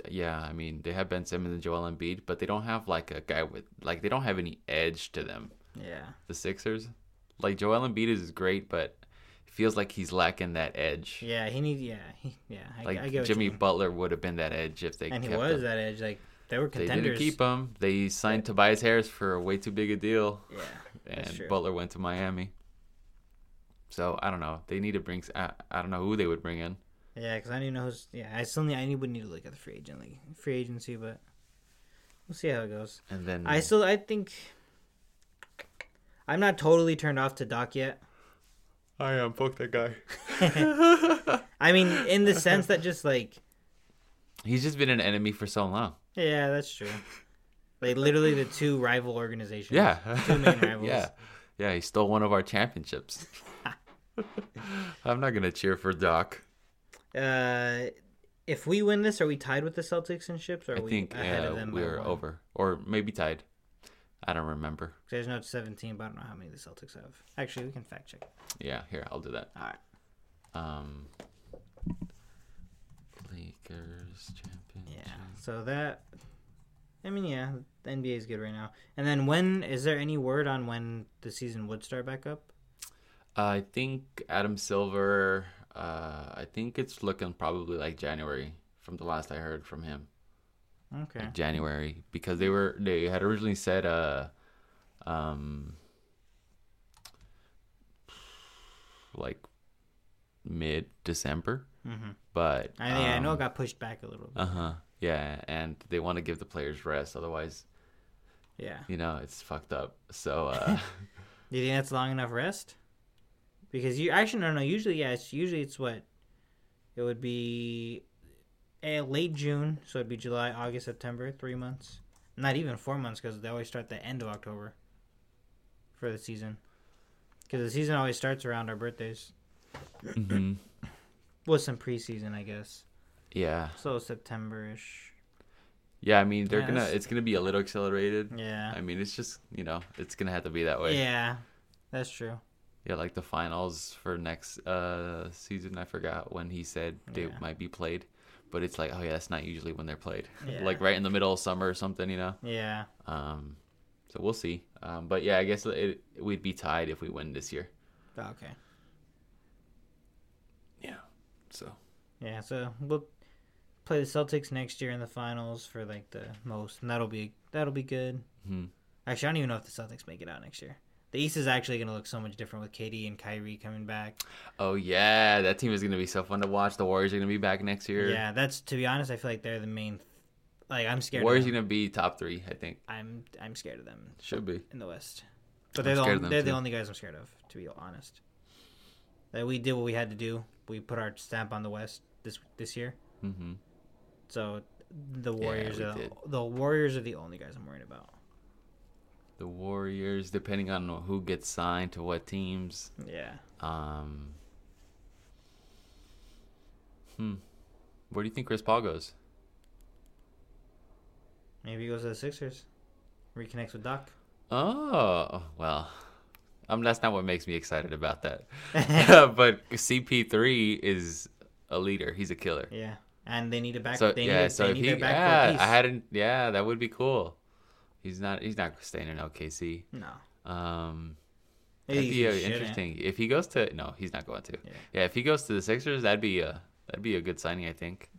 [SPEAKER 1] th- yeah, I mean they have Ben Simmons and Joel Embiid, but they don't have like a guy with like they don't have any edge to them.
[SPEAKER 2] Yeah,
[SPEAKER 1] The Sixers, like Joel Embiid is great, but it feels like he's lacking that edge.
[SPEAKER 2] yeah, he needs yeah he, yeah. I,
[SPEAKER 1] like
[SPEAKER 2] I get what you
[SPEAKER 1] Jimmy
[SPEAKER 2] mean.
[SPEAKER 1] Butler would have been that edge if they
[SPEAKER 2] and he
[SPEAKER 1] kept
[SPEAKER 2] was
[SPEAKER 1] him.
[SPEAKER 2] that edge. Like they were
[SPEAKER 1] They
[SPEAKER 2] contenders.
[SPEAKER 1] didn't keep him. They signed Tobias Harris for way too big a deal,
[SPEAKER 2] Yeah, that's
[SPEAKER 1] and
[SPEAKER 2] true.
[SPEAKER 1] Butler went to Miami. So I don't know. They need to bring. s- I, I don't know who they would bring in.
[SPEAKER 2] yeah, because I didn't know. Who's, yeah, I still need I need would need to look at the free agent like free agency, but we'll see how it goes.
[SPEAKER 1] And then
[SPEAKER 2] I still I think I'm not totally turned off to Doc yet.
[SPEAKER 1] I am fuck that guy.
[SPEAKER 2] I mean, in the sense that just like
[SPEAKER 1] *laughs* He's just been an enemy for so long.
[SPEAKER 2] yeah, that's true. Like literally the two rival organizations.
[SPEAKER 1] Yeah.
[SPEAKER 2] two main
[SPEAKER 1] *laughs*
[SPEAKER 2] rivals.
[SPEAKER 1] yeah. Yeah, he stole one of our
[SPEAKER 2] *laughs*
[SPEAKER 1] championships. I'm not gonna cheer for Doc.
[SPEAKER 2] Uh, if we win this, are we tied with the Celtics in ships? Or are
[SPEAKER 1] I
[SPEAKER 2] we
[SPEAKER 1] think
[SPEAKER 2] ahead
[SPEAKER 1] uh,
[SPEAKER 2] of them? by
[SPEAKER 1] we're
[SPEAKER 2] one?
[SPEAKER 1] over, or maybe tied. I don't remember.
[SPEAKER 2] There's no 17, but I don't know how many the Celtics have. Actually, we can fact check.
[SPEAKER 1] Yeah, here I'll do that.
[SPEAKER 2] All right.
[SPEAKER 1] Um, Lakers
[SPEAKER 2] Yeah.
[SPEAKER 1] championship.
[SPEAKER 2] So that. I mean, yeah, the NBA is good right now. And then when is there any word on when the season would start back up?
[SPEAKER 1] I think Adam Silver. Uh, I think it's looking probably like January from the last I heard from him.
[SPEAKER 2] Okay.
[SPEAKER 1] like January because they were they had originally said uh um like mid December,
[SPEAKER 2] Mm-hmm.
[SPEAKER 1] but
[SPEAKER 2] I mean, I know it
[SPEAKER 1] Mm. um,
[SPEAKER 2] got pushed back a little bit.
[SPEAKER 1] uh-huh. Yeah, and they want to give the players rest otherwise,
[SPEAKER 2] yeah.
[SPEAKER 1] you know, it's fucked up. So
[SPEAKER 2] *laughs*
[SPEAKER 1] uh
[SPEAKER 2] Do you think that's long enough rest? Because you actually no no usually yeah it's usually it's what it would be eh, late June so it'd be July August September three months not even four months because they always start the end of October for the season because the season always starts around our birthdays Mm-hmm.
[SPEAKER 1] mhm.
[SPEAKER 2] with some preseason I guess
[SPEAKER 1] yeah.
[SPEAKER 2] so September ish
[SPEAKER 1] Yeah, I mean, they're
[SPEAKER 2] Yeah,
[SPEAKER 1] going
[SPEAKER 2] that's-
[SPEAKER 1] to it's going to be a little accelerated.
[SPEAKER 2] yeah
[SPEAKER 1] I mean, it's just, you know, it's going to have to be that way.
[SPEAKER 2] yeah that's true
[SPEAKER 1] Yeah, like the finals for next uh season. I forgot when he said they
[SPEAKER 2] Yeah.
[SPEAKER 1] might be played, but it's like, oh yeah, that's not usually when they're played. *laughs*
[SPEAKER 2] Yeah.
[SPEAKER 1] like right in the middle of summer or something, you know.
[SPEAKER 2] yeah
[SPEAKER 1] Um, so we'll see. Um, but yeah, I guess it, we'd be tied if we win this year.
[SPEAKER 2] okay
[SPEAKER 1] Yeah. So
[SPEAKER 2] Yeah, so we'll play the Celtics next year in the finals for like the most, and that'll be that'll be good.
[SPEAKER 1] Mhm.
[SPEAKER 2] Actually, I don't even know if the Celtics make it out next year. The East is actually going to look so much different with KD and Kyrie coming back.
[SPEAKER 1] oh yeah, that team is gonna be so fun to watch. The Warriors are gonna be back next year.
[SPEAKER 2] Yeah, that's to be honest, I feel like they're the main. Like I'm scared.
[SPEAKER 1] Warriors
[SPEAKER 2] of them.
[SPEAKER 1] gonna be top three, I think.
[SPEAKER 2] I'm I'm scared of them
[SPEAKER 1] Should be.
[SPEAKER 2] in the West. But
[SPEAKER 1] I'm
[SPEAKER 2] they're the
[SPEAKER 1] scared of
[SPEAKER 2] only,
[SPEAKER 1] them,
[SPEAKER 2] they're the
[SPEAKER 1] too.
[SPEAKER 2] only guys I'm scared of, to be honest. That we did what we had to do. We put our stamp on the West this this year.
[SPEAKER 1] Mm-hmm.
[SPEAKER 2] So the Warriors
[SPEAKER 1] we
[SPEAKER 2] are the,
[SPEAKER 1] did.
[SPEAKER 2] the Warriors are the only guys I'm worried about.
[SPEAKER 1] The Warriors, depending on who gets signed to what teams.
[SPEAKER 2] Yeah.
[SPEAKER 1] Um, hmm. Where do you think Chris Paul goes?
[SPEAKER 2] Maybe he goes to the Sixers. Reconnects
[SPEAKER 1] *laughs*
[SPEAKER 2] with Doc.
[SPEAKER 1] Oh, well, um, that's not what makes me excited about *laughs* that. but CP3 is a leader. He's a killer.
[SPEAKER 2] Yeah. And they need a back.
[SPEAKER 1] so
[SPEAKER 2] they
[SPEAKER 1] yeah,
[SPEAKER 2] need,
[SPEAKER 1] so
[SPEAKER 2] they
[SPEAKER 1] if
[SPEAKER 2] need
[SPEAKER 1] he,
[SPEAKER 2] their backcourt
[SPEAKER 1] yeah,
[SPEAKER 2] piece.
[SPEAKER 1] I hadn't, yeah, that would be cool. He's not, he's not staying in OKC.
[SPEAKER 2] No.
[SPEAKER 1] Um, That'd
[SPEAKER 2] He
[SPEAKER 1] be uh,
[SPEAKER 2] shouldn't.
[SPEAKER 1] interesting. If he goes to no, he's not going to.
[SPEAKER 2] eh? Yeah.
[SPEAKER 1] Yeah, if he goes to the Sixers, that'd be a that'd be a good signing, I think.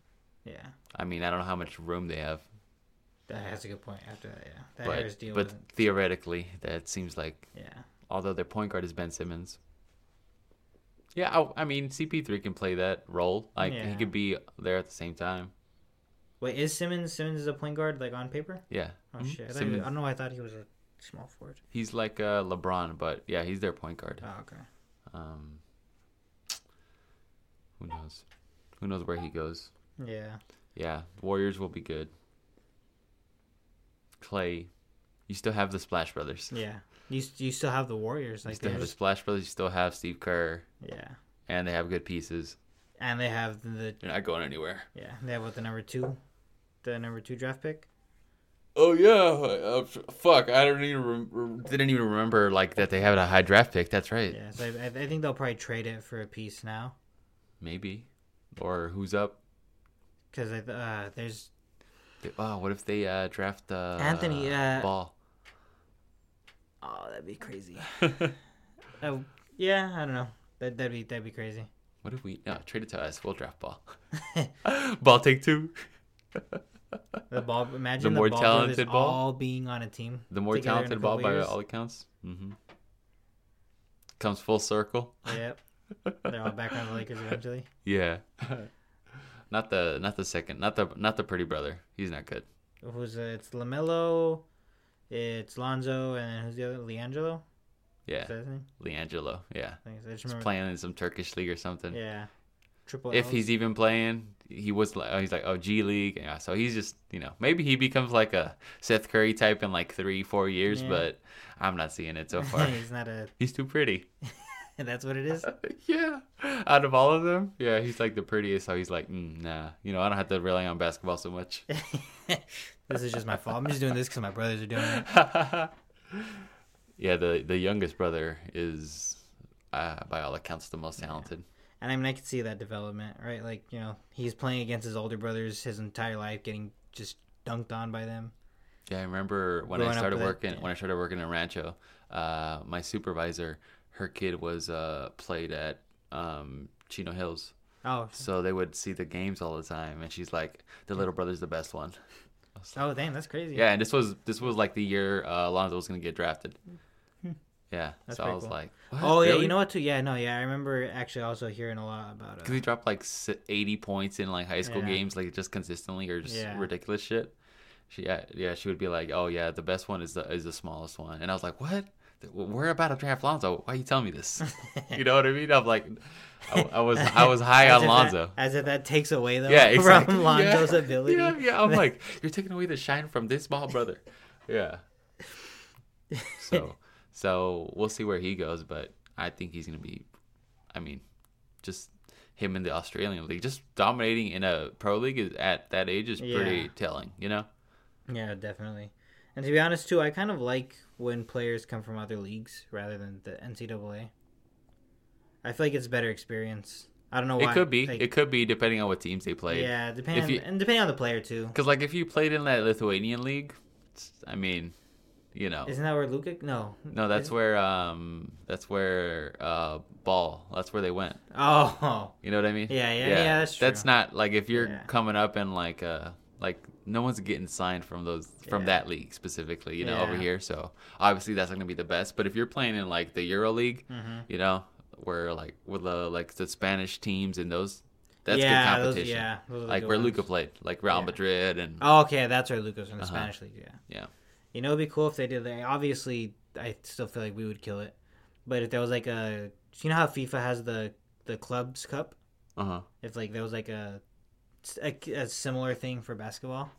[SPEAKER 2] Yeah,
[SPEAKER 1] I mean, I don't know how much room they have,
[SPEAKER 2] that has a good point. After that, yeah, that Harris
[SPEAKER 1] but
[SPEAKER 2] deal
[SPEAKER 1] but
[SPEAKER 2] wasn't.
[SPEAKER 1] theoretically, that seems like
[SPEAKER 2] Yeah,
[SPEAKER 1] although their point guard is Ben Simmons. Yeah, I, I mean CP3 can play that role. Like he
[SPEAKER 2] Yeah.
[SPEAKER 1] could be there at the same time.
[SPEAKER 2] wait, is Simmons Simmons is a point guard like on paper?
[SPEAKER 1] Yeah.
[SPEAKER 2] Oh
[SPEAKER 1] Mhm.
[SPEAKER 2] shit! I, thought he was- I
[SPEAKER 1] Simmons,
[SPEAKER 2] don't know. why I thought he was a small forward.
[SPEAKER 1] he's like uh, LeBron, but yeah, he's their point guard.
[SPEAKER 2] Oh, okay.
[SPEAKER 1] Um, who knows? Who knows where he goes?
[SPEAKER 2] Yeah.
[SPEAKER 1] Yeah, Warriors will be good. Clay, you still have the Splash Brothers.
[SPEAKER 2] Yeah. You s- you still have the Warriors
[SPEAKER 1] you
[SPEAKER 2] like
[SPEAKER 1] still have the
[SPEAKER 2] there's-
[SPEAKER 1] Splash Brothers. You still have Steve Kerr,
[SPEAKER 2] yeah,
[SPEAKER 1] and they have good pieces.
[SPEAKER 2] and they have the
[SPEAKER 1] They're not going anywhere.
[SPEAKER 2] yeah they have what the number two, the number two draft pick.
[SPEAKER 1] Oh yeah, uh, f- fuck! I don't even rem- rem- didn't even remember like that they have a high draft pick. That's right.
[SPEAKER 2] Yeah, so I, I I think they'll probably trade it for a piece now
[SPEAKER 1] Maybe, or who's up?
[SPEAKER 2] because uh, there's
[SPEAKER 1] They- Wow, what if they uh, draft uh,
[SPEAKER 2] Anthony, uh, *laughs*
[SPEAKER 1] Ball?
[SPEAKER 2] oh that'd be crazy.
[SPEAKER 1] what
[SPEAKER 2] *sighs* Oh yeah, I don't know. That that'd be that'd be crazy.
[SPEAKER 1] if we no trade it to us? We'll draft Ball.
[SPEAKER 2] *laughs*
[SPEAKER 1] ball take two. *laughs*
[SPEAKER 2] The ball. Imagine the,
[SPEAKER 1] more
[SPEAKER 2] ball brothers
[SPEAKER 1] talented ball?
[SPEAKER 2] all being on a team.
[SPEAKER 1] The more
[SPEAKER 2] together in a
[SPEAKER 1] talented Ball
[SPEAKER 2] couple
[SPEAKER 1] by
[SPEAKER 2] years.
[SPEAKER 1] all accounts. Mm-hmm. Comes full circle.
[SPEAKER 2] Yep. They're all back on
[SPEAKER 1] *laughs*
[SPEAKER 2] the Lakers eventually.
[SPEAKER 1] Yeah. not the not the second. Not the not the pretty brother. He's not good.
[SPEAKER 2] Who's uh, it's Lamelo, it's Lonzo, and then who's the other? Leangelo.
[SPEAKER 1] Yeah,
[SPEAKER 2] Is that his name?
[SPEAKER 1] Leangelo. Yeah,
[SPEAKER 2] I think so. I just
[SPEAKER 1] he's
[SPEAKER 2] remember.
[SPEAKER 1] playing in some Turkish league or something.
[SPEAKER 2] Yeah. Triple.
[SPEAKER 1] if
[SPEAKER 2] Ls.
[SPEAKER 1] he's even playing. He was like, oh, he's like, oh, G League. Yeah, so he's just, you know, maybe he becomes like a Seth Curry type in like three, four years,
[SPEAKER 2] Yeah.
[SPEAKER 1] but I'm not seeing it so far.
[SPEAKER 2] *laughs* he's not a.
[SPEAKER 1] he's too pretty.
[SPEAKER 2] That's what it is.
[SPEAKER 1] *laughs* yeah. Out of all of them, yeah, he's like the prettiest. So he's like, mm, nah, you know, I don't have to rely on basketball so
[SPEAKER 2] *laughs*
[SPEAKER 1] much. *laughs*
[SPEAKER 2] this is just my fault. I'm just doing this because my brothers are doing it.
[SPEAKER 1] yeah, the the youngest brother is, uh, by all accounts, the most talented.
[SPEAKER 2] And I mean, I can see that development, right? Like you know, he's playing against his older brothers his entire life, getting just dunked on by them.
[SPEAKER 1] Yeah, I remember when I
[SPEAKER 2] Growing up
[SPEAKER 1] started
[SPEAKER 2] with it,
[SPEAKER 1] working when I started working in Rancho, uh, my supervisor, her kid was uh, played at um, Chino Hills.
[SPEAKER 2] Oh,
[SPEAKER 1] So they would see the games all the time and she's like, The little brother's the best one.
[SPEAKER 2] oh, damn, that's crazy.
[SPEAKER 1] Yeah, and this was this was like the year uh, Alonzo was gonna get drafted. Yeah.
[SPEAKER 2] Hmm. That's
[SPEAKER 1] so I
[SPEAKER 2] pretty
[SPEAKER 1] was
[SPEAKER 2] cool.
[SPEAKER 1] like,
[SPEAKER 2] Oh yeah, you know what? Too yeah, no, yeah. I remember actually also hearing a lot about.
[SPEAKER 1] because
[SPEAKER 2] Uh,
[SPEAKER 1] he dropped like s- 80 points in like high school
[SPEAKER 2] Yeah.
[SPEAKER 1] games, like just consistently or just
[SPEAKER 2] Yeah.
[SPEAKER 1] ridiculous shit. She, yeah, yeah, she would be like, "Oh yeah, the best one is the is the smallest one," and I was like, "What? Th- We're about to draft Lonzo. Why are you telling me this? *laughs* you know what I mean?" I'm like, I, I was I was
[SPEAKER 2] *laughs*
[SPEAKER 1] high
[SPEAKER 2] as
[SPEAKER 1] on
[SPEAKER 2] if
[SPEAKER 1] Lonzo.
[SPEAKER 2] That, as if that takes away though
[SPEAKER 1] yeah, exactly. *laughs*
[SPEAKER 2] *laughs* from Lonzo's
[SPEAKER 1] yeah.
[SPEAKER 2] ability.
[SPEAKER 1] Yeah, yeah. I'm
[SPEAKER 2] *laughs*
[SPEAKER 1] like, you're taking away the shine from this small brother. Yeah. So, so we'll see where he goes, but I think he's gonna be. I mean, just him in the Australian league, just dominating in a pro league is, at that age is pretty
[SPEAKER 2] Yeah.
[SPEAKER 1] telling. You know?
[SPEAKER 2] Yeah, definitely. And to be honest too, I kind of like when players come from other leagues rather than the NCAA. I feel like it's a better experience. Oh, I don't know why.
[SPEAKER 1] It could be.
[SPEAKER 2] Like,
[SPEAKER 1] it could be depending on what teams they play.
[SPEAKER 2] yeah, depending
[SPEAKER 1] if you-
[SPEAKER 2] and depending on the player too.
[SPEAKER 1] Because like if you played in that Lithuanian league, it's- I mean, you know.
[SPEAKER 2] Isn't that where Luka? No.
[SPEAKER 1] Oh. no, that's
[SPEAKER 2] is-
[SPEAKER 1] where um, that's where uh, ball. That's where they went.
[SPEAKER 2] Oh, *laughs*
[SPEAKER 1] You know what I mean?
[SPEAKER 2] Yeah, yeah, yeah, that's true.
[SPEAKER 1] not like if you're
[SPEAKER 2] Yeah.
[SPEAKER 1] coming up and like uh like no one's getting signed from those from
[SPEAKER 2] Yeah.
[SPEAKER 1] that league specifically, you know, over
[SPEAKER 2] Yeah.
[SPEAKER 1] here. So obviously that's not gonna be the best. But if you're playing in like the Euro League,
[SPEAKER 2] Mm-hmm.
[SPEAKER 1] you know, where like with the like the Spanish teams and those, that's
[SPEAKER 2] yeah,
[SPEAKER 1] good
[SPEAKER 2] those-
[SPEAKER 1] competition.
[SPEAKER 2] yeah, those are the
[SPEAKER 1] like
[SPEAKER 2] good
[SPEAKER 1] where
[SPEAKER 2] ones.
[SPEAKER 1] Luca played, like Real
[SPEAKER 2] Yeah.
[SPEAKER 1] Madrid and
[SPEAKER 2] Oh, okay, that's where Luca's from the Spanish league. Yeah.
[SPEAKER 1] yeah,
[SPEAKER 2] You know, it'd be cool if they did. Like, obviously, I still feel like we would kill it. But if there was like a, you know how FIFA has the the clubs cup?
[SPEAKER 1] uh huh,
[SPEAKER 2] If like there was like a a, a similar thing for basketball,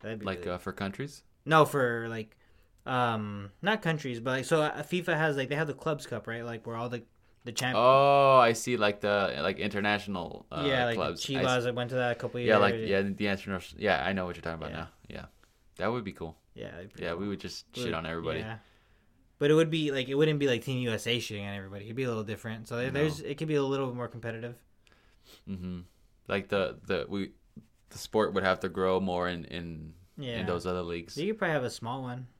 [SPEAKER 2] that'd be
[SPEAKER 1] like
[SPEAKER 2] really-
[SPEAKER 1] uh, for countries.
[SPEAKER 2] no for like um not countries, but like so uh, FIFA has like they have the clubs cup right? Like where all the the champions.
[SPEAKER 1] Oh, I see, like the like international uh,
[SPEAKER 2] yeah, like
[SPEAKER 1] clubs. I
[SPEAKER 2] the Chivas. I went to that a couple years.
[SPEAKER 1] Yeah, like yeah, the international. Yeah, I know what you're talking about
[SPEAKER 2] Yeah.
[SPEAKER 1] now. Yeah, that would be cool.
[SPEAKER 2] yeah, that'd be
[SPEAKER 1] Yeah, we
[SPEAKER 2] cool.
[SPEAKER 1] would just shit on everybody.
[SPEAKER 2] Yeah. But it would be like it wouldn't be like Team USA shitting on everybody. It'd be a little different. So there, there's it could be a little more competitive.
[SPEAKER 1] hmm Like the the we the sport would have to grow more in in,
[SPEAKER 2] Yeah.
[SPEAKER 1] in those other leagues.
[SPEAKER 2] So you could probably have a small one. *laughs*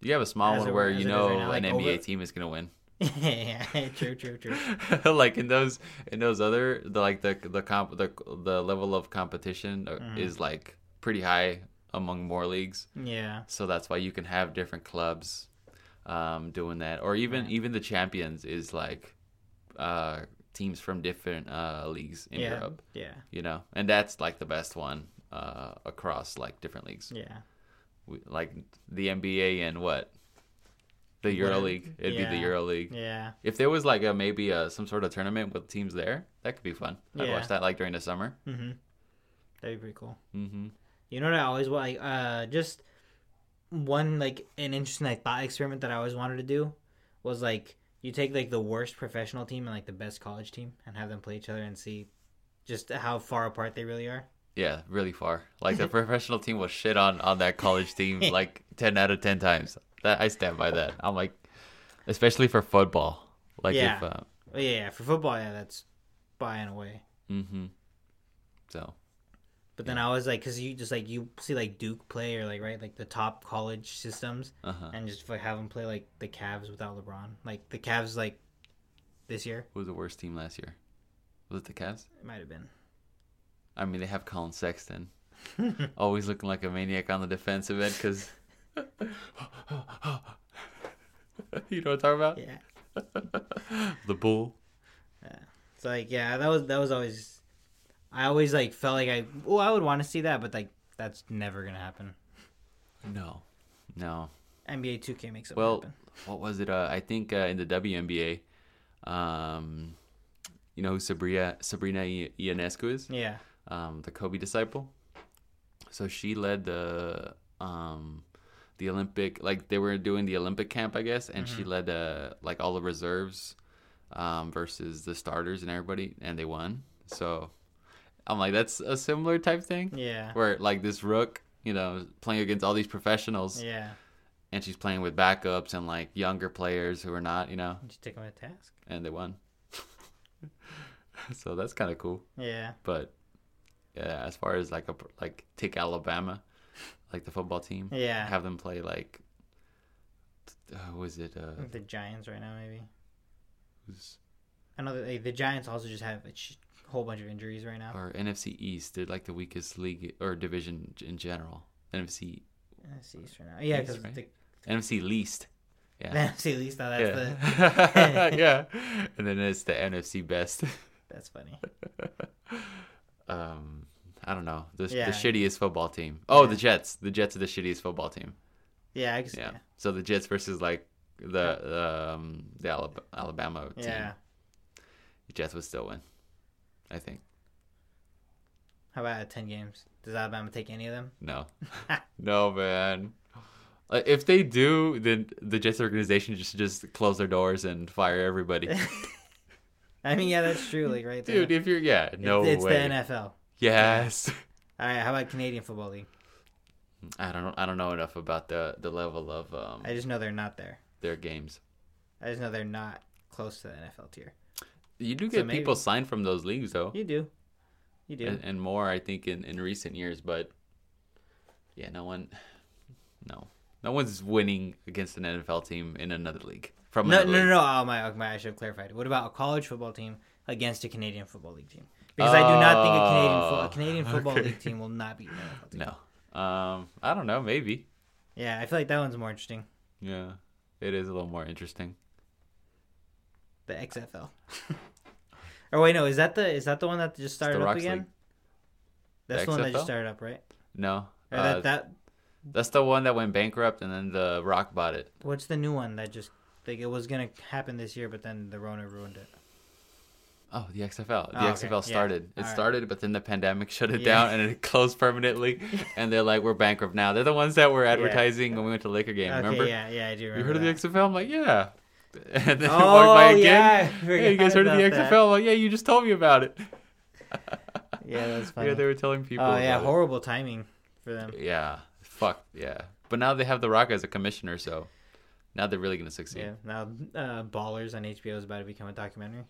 [SPEAKER 1] You have a small
[SPEAKER 2] As
[SPEAKER 1] one
[SPEAKER 2] it-
[SPEAKER 1] where
[SPEAKER 2] as
[SPEAKER 1] you
[SPEAKER 2] it is right
[SPEAKER 1] know
[SPEAKER 2] now,
[SPEAKER 1] an
[SPEAKER 2] like,
[SPEAKER 1] NBA
[SPEAKER 2] over-
[SPEAKER 1] team is gonna win. *laughs*
[SPEAKER 2] yeah, true, true, true.
[SPEAKER 1] like in those in those other the like the the comp the, the level of competition uh,
[SPEAKER 2] Mhm.
[SPEAKER 1] is like pretty high among more leagues
[SPEAKER 2] Yeah.
[SPEAKER 1] so that's why you can have different clubs um, doing that or even
[SPEAKER 2] Right.
[SPEAKER 1] even the champions is like uh, teams from different uh, leagues in
[SPEAKER 2] yeah.
[SPEAKER 1] europe
[SPEAKER 2] Yeah.
[SPEAKER 1] you know and that's like the best one uh, across like different leagues
[SPEAKER 2] Yeah.
[SPEAKER 1] We- like the nba and what the
[SPEAKER 2] Whatever.
[SPEAKER 1] euro league it'd be the
[SPEAKER 2] Yeah.
[SPEAKER 1] euro league
[SPEAKER 2] Yeah.
[SPEAKER 1] if there was like a maybe a, some sort of tournament with teams there, that could be fun. I'd
[SPEAKER 2] Yeah.
[SPEAKER 1] watch that like during the summer.
[SPEAKER 2] Mm-hmm. That'd be pretty cool.
[SPEAKER 1] hmm
[SPEAKER 2] You know what I always want? Like, uh, just one like an interesting like thought experiment that I always wanted to do was like you take like the worst professional team and like the best college team and have them play each other and see just how far apart they really are.
[SPEAKER 1] Yeah, really far. Like the *laughs* professional team will shit on on that college
[SPEAKER 2] *laughs*
[SPEAKER 1] team like ten out of ten times. That I stand by that. I'm like, especially for football. Like if,
[SPEAKER 2] Yeah.
[SPEAKER 1] uh,
[SPEAKER 2] Oh, yeah, yeah, for football, yeah, that's by and away.
[SPEAKER 1] mm-hmm. So
[SPEAKER 2] But then I always like because you just like you see like Duke play or like right like the top college systems
[SPEAKER 1] uh huh.
[SPEAKER 2] and just like have them play like the Cavs without LeBron. Like the Cavs like this year
[SPEAKER 1] Who was the worst team last year? Was it the Cavs?
[SPEAKER 2] it might have been.
[SPEAKER 1] I mean, they have Colin Sexton, *laughs*
[SPEAKER 2] *laughs*
[SPEAKER 1] always looking like a maniac on the defensive end because. *laughs* you know what I'm talking about?
[SPEAKER 2] Yeah.
[SPEAKER 1] The bull.
[SPEAKER 2] So like yeah, that was that was always I always like felt like I oh I would want to see that, but like that's never gonna happen.
[SPEAKER 1] No, no.
[SPEAKER 2] NBA 2K makes it
[SPEAKER 1] Well,
[SPEAKER 2] happen.
[SPEAKER 1] What was it? Uh, I think uh, in the WNBA, um, you know who Sabrina Sabrina I- Ionescu is,
[SPEAKER 2] Yeah.
[SPEAKER 1] um, the Kobe disciple. So she led the um, the Olympic, like they were doing the Olympic camp, I guess, and
[SPEAKER 2] Mm-hmm.
[SPEAKER 1] she led uh, like all the reserves um, versus the starters and everybody, and they won. So I'm like, that's a similar type thing
[SPEAKER 2] Yeah.
[SPEAKER 1] where like this rook, you know, playing against all these professionals.
[SPEAKER 2] Yeah.
[SPEAKER 1] and she's playing with backups and like younger players who are not, you know,
[SPEAKER 2] Just take them a task.
[SPEAKER 1] and they won. *laughs* so that's kind of cool.
[SPEAKER 2] Yeah.
[SPEAKER 1] But yeah, as far as like a like take Alabama, like the football team,
[SPEAKER 2] Yeah.
[SPEAKER 1] have them play like uh, who is it? Uh,
[SPEAKER 2] Like the Giants right now maybe.
[SPEAKER 1] who's,
[SPEAKER 2] I know that like, the Giants also just have a sh- whole bunch of injuries right now.
[SPEAKER 1] or NFC East? They're like the weakest league or division in general. NFC
[SPEAKER 2] NFC East right now. Yeah,
[SPEAKER 1] East,
[SPEAKER 2] because
[SPEAKER 1] right?
[SPEAKER 2] the,
[SPEAKER 1] NFC least.
[SPEAKER 2] the NFC East now that's
[SPEAKER 1] Yeah,
[SPEAKER 2] the
[SPEAKER 1] *laughs* yeah,
[SPEAKER 2] *laughs*
[SPEAKER 1] and then it's the NFC best.
[SPEAKER 2] that's funny.
[SPEAKER 1] um I don't know the,
[SPEAKER 2] Yeah.
[SPEAKER 1] the shittiest football team. Oh,
[SPEAKER 2] Yeah.
[SPEAKER 1] the Jets. The Jets are the shittiest football team.
[SPEAKER 2] Yeah, I guess,
[SPEAKER 1] Yeah.
[SPEAKER 2] yeah.
[SPEAKER 1] So the Jets versus like the um the Alab- Alabama team.
[SPEAKER 2] Yeah.
[SPEAKER 1] The Jets would still win, I think.
[SPEAKER 2] How about at ten games? Does Alabama take any of them? *laughs*
[SPEAKER 1] No, *laughs* no, man. Uh, If they do, then the Jets organization just just close their doors and fire
[SPEAKER 2] *laughs*
[SPEAKER 1] everybody.
[SPEAKER 2] I mean, yeah, that's true. Like right there,
[SPEAKER 1] Dude, if you're yeah, no
[SPEAKER 2] it's, it's
[SPEAKER 1] way.
[SPEAKER 2] the NFL.
[SPEAKER 1] Yes.
[SPEAKER 2] All right, how about Canadian Football League?
[SPEAKER 1] *laughs* I don't know. I don't know enough about the the level of um
[SPEAKER 2] I just know they're not there.
[SPEAKER 1] their games.
[SPEAKER 2] I just know they're not close to the NFL tier.
[SPEAKER 1] You do
[SPEAKER 2] So
[SPEAKER 1] get
[SPEAKER 2] maybe-
[SPEAKER 1] people signed from those leagues though.
[SPEAKER 2] You do, you do.
[SPEAKER 1] and, and more I think in, in recent years, but yeah, no one, no, no one's winning against an NFL team in another league from
[SPEAKER 2] no,
[SPEAKER 1] another
[SPEAKER 2] no, no,
[SPEAKER 1] league.
[SPEAKER 2] no. Oh my, oh, my! I should have clarified. What about a college football team against a Canadian Football League team? Because I do not think a Canadian fo- a
[SPEAKER 1] Oh,
[SPEAKER 2] Canadian Football
[SPEAKER 1] okay. *laughs*
[SPEAKER 2] League team will not beat an NFL team.
[SPEAKER 1] no, Um, I don't know, maybe.
[SPEAKER 2] Yeah, I feel like that one's more interesting.
[SPEAKER 1] Yeah, it is a little more interesting.
[SPEAKER 2] The XFL. *laughs* or wait, no, is that the is that the one that just started up
[SPEAKER 1] Rocks
[SPEAKER 2] again?
[SPEAKER 1] League.
[SPEAKER 2] That's
[SPEAKER 1] The
[SPEAKER 2] the, one that
[SPEAKER 1] XFL?
[SPEAKER 2] just started up, right?
[SPEAKER 1] No,
[SPEAKER 2] Or
[SPEAKER 1] uh,
[SPEAKER 2] that that
[SPEAKER 1] that's the one that went bankrupt, and then the Rock bought it.
[SPEAKER 2] What's the new one that just like it was gonna happen this year, but then the Rona ruined it?
[SPEAKER 1] Oh, the XFL. The
[SPEAKER 2] Oh, okay.
[SPEAKER 1] XFL
[SPEAKER 2] Yeah.
[SPEAKER 1] started. It
[SPEAKER 2] All right.
[SPEAKER 1] started, but then the pandemic *laughs* shut it
[SPEAKER 2] Yeah.
[SPEAKER 1] down and it closed
[SPEAKER 2] *laughs*
[SPEAKER 1] permanently. and they're like, we're bankrupt now. They're the ones that were advertising when we went to Laker game.
[SPEAKER 2] okay,
[SPEAKER 1] remember?
[SPEAKER 2] yeah, yeah, I do remember.
[SPEAKER 1] You heard
[SPEAKER 2] that.
[SPEAKER 1] of the XFL? I'm like, yeah. *laughs* And then
[SPEAKER 2] Oh,
[SPEAKER 1] walked by
[SPEAKER 2] yeah, I
[SPEAKER 1] again. hey, you
[SPEAKER 2] forgot
[SPEAKER 1] guys heard of the
[SPEAKER 2] about that.
[SPEAKER 1] XFL? I'm like, yeah, you just told me about it.
[SPEAKER 2] Yeah, that's
[SPEAKER 1] *laughs*
[SPEAKER 2] funny.
[SPEAKER 1] Yeah, they were telling people.
[SPEAKER 2] oh yeah,
[SPEAKER 1] about it.
[SPEAKER 2] horrible timing for them.
[SPEAKER 1] Yeah, fuck yeah. But now they have the Rock as a commissioner, so now they're really gonna
[SPEAKER 2] Yeah.
[SPEAKER 1] succeed.
[SPEAKER 2] Now, uh, Ballers on HBO is about to become a documentary.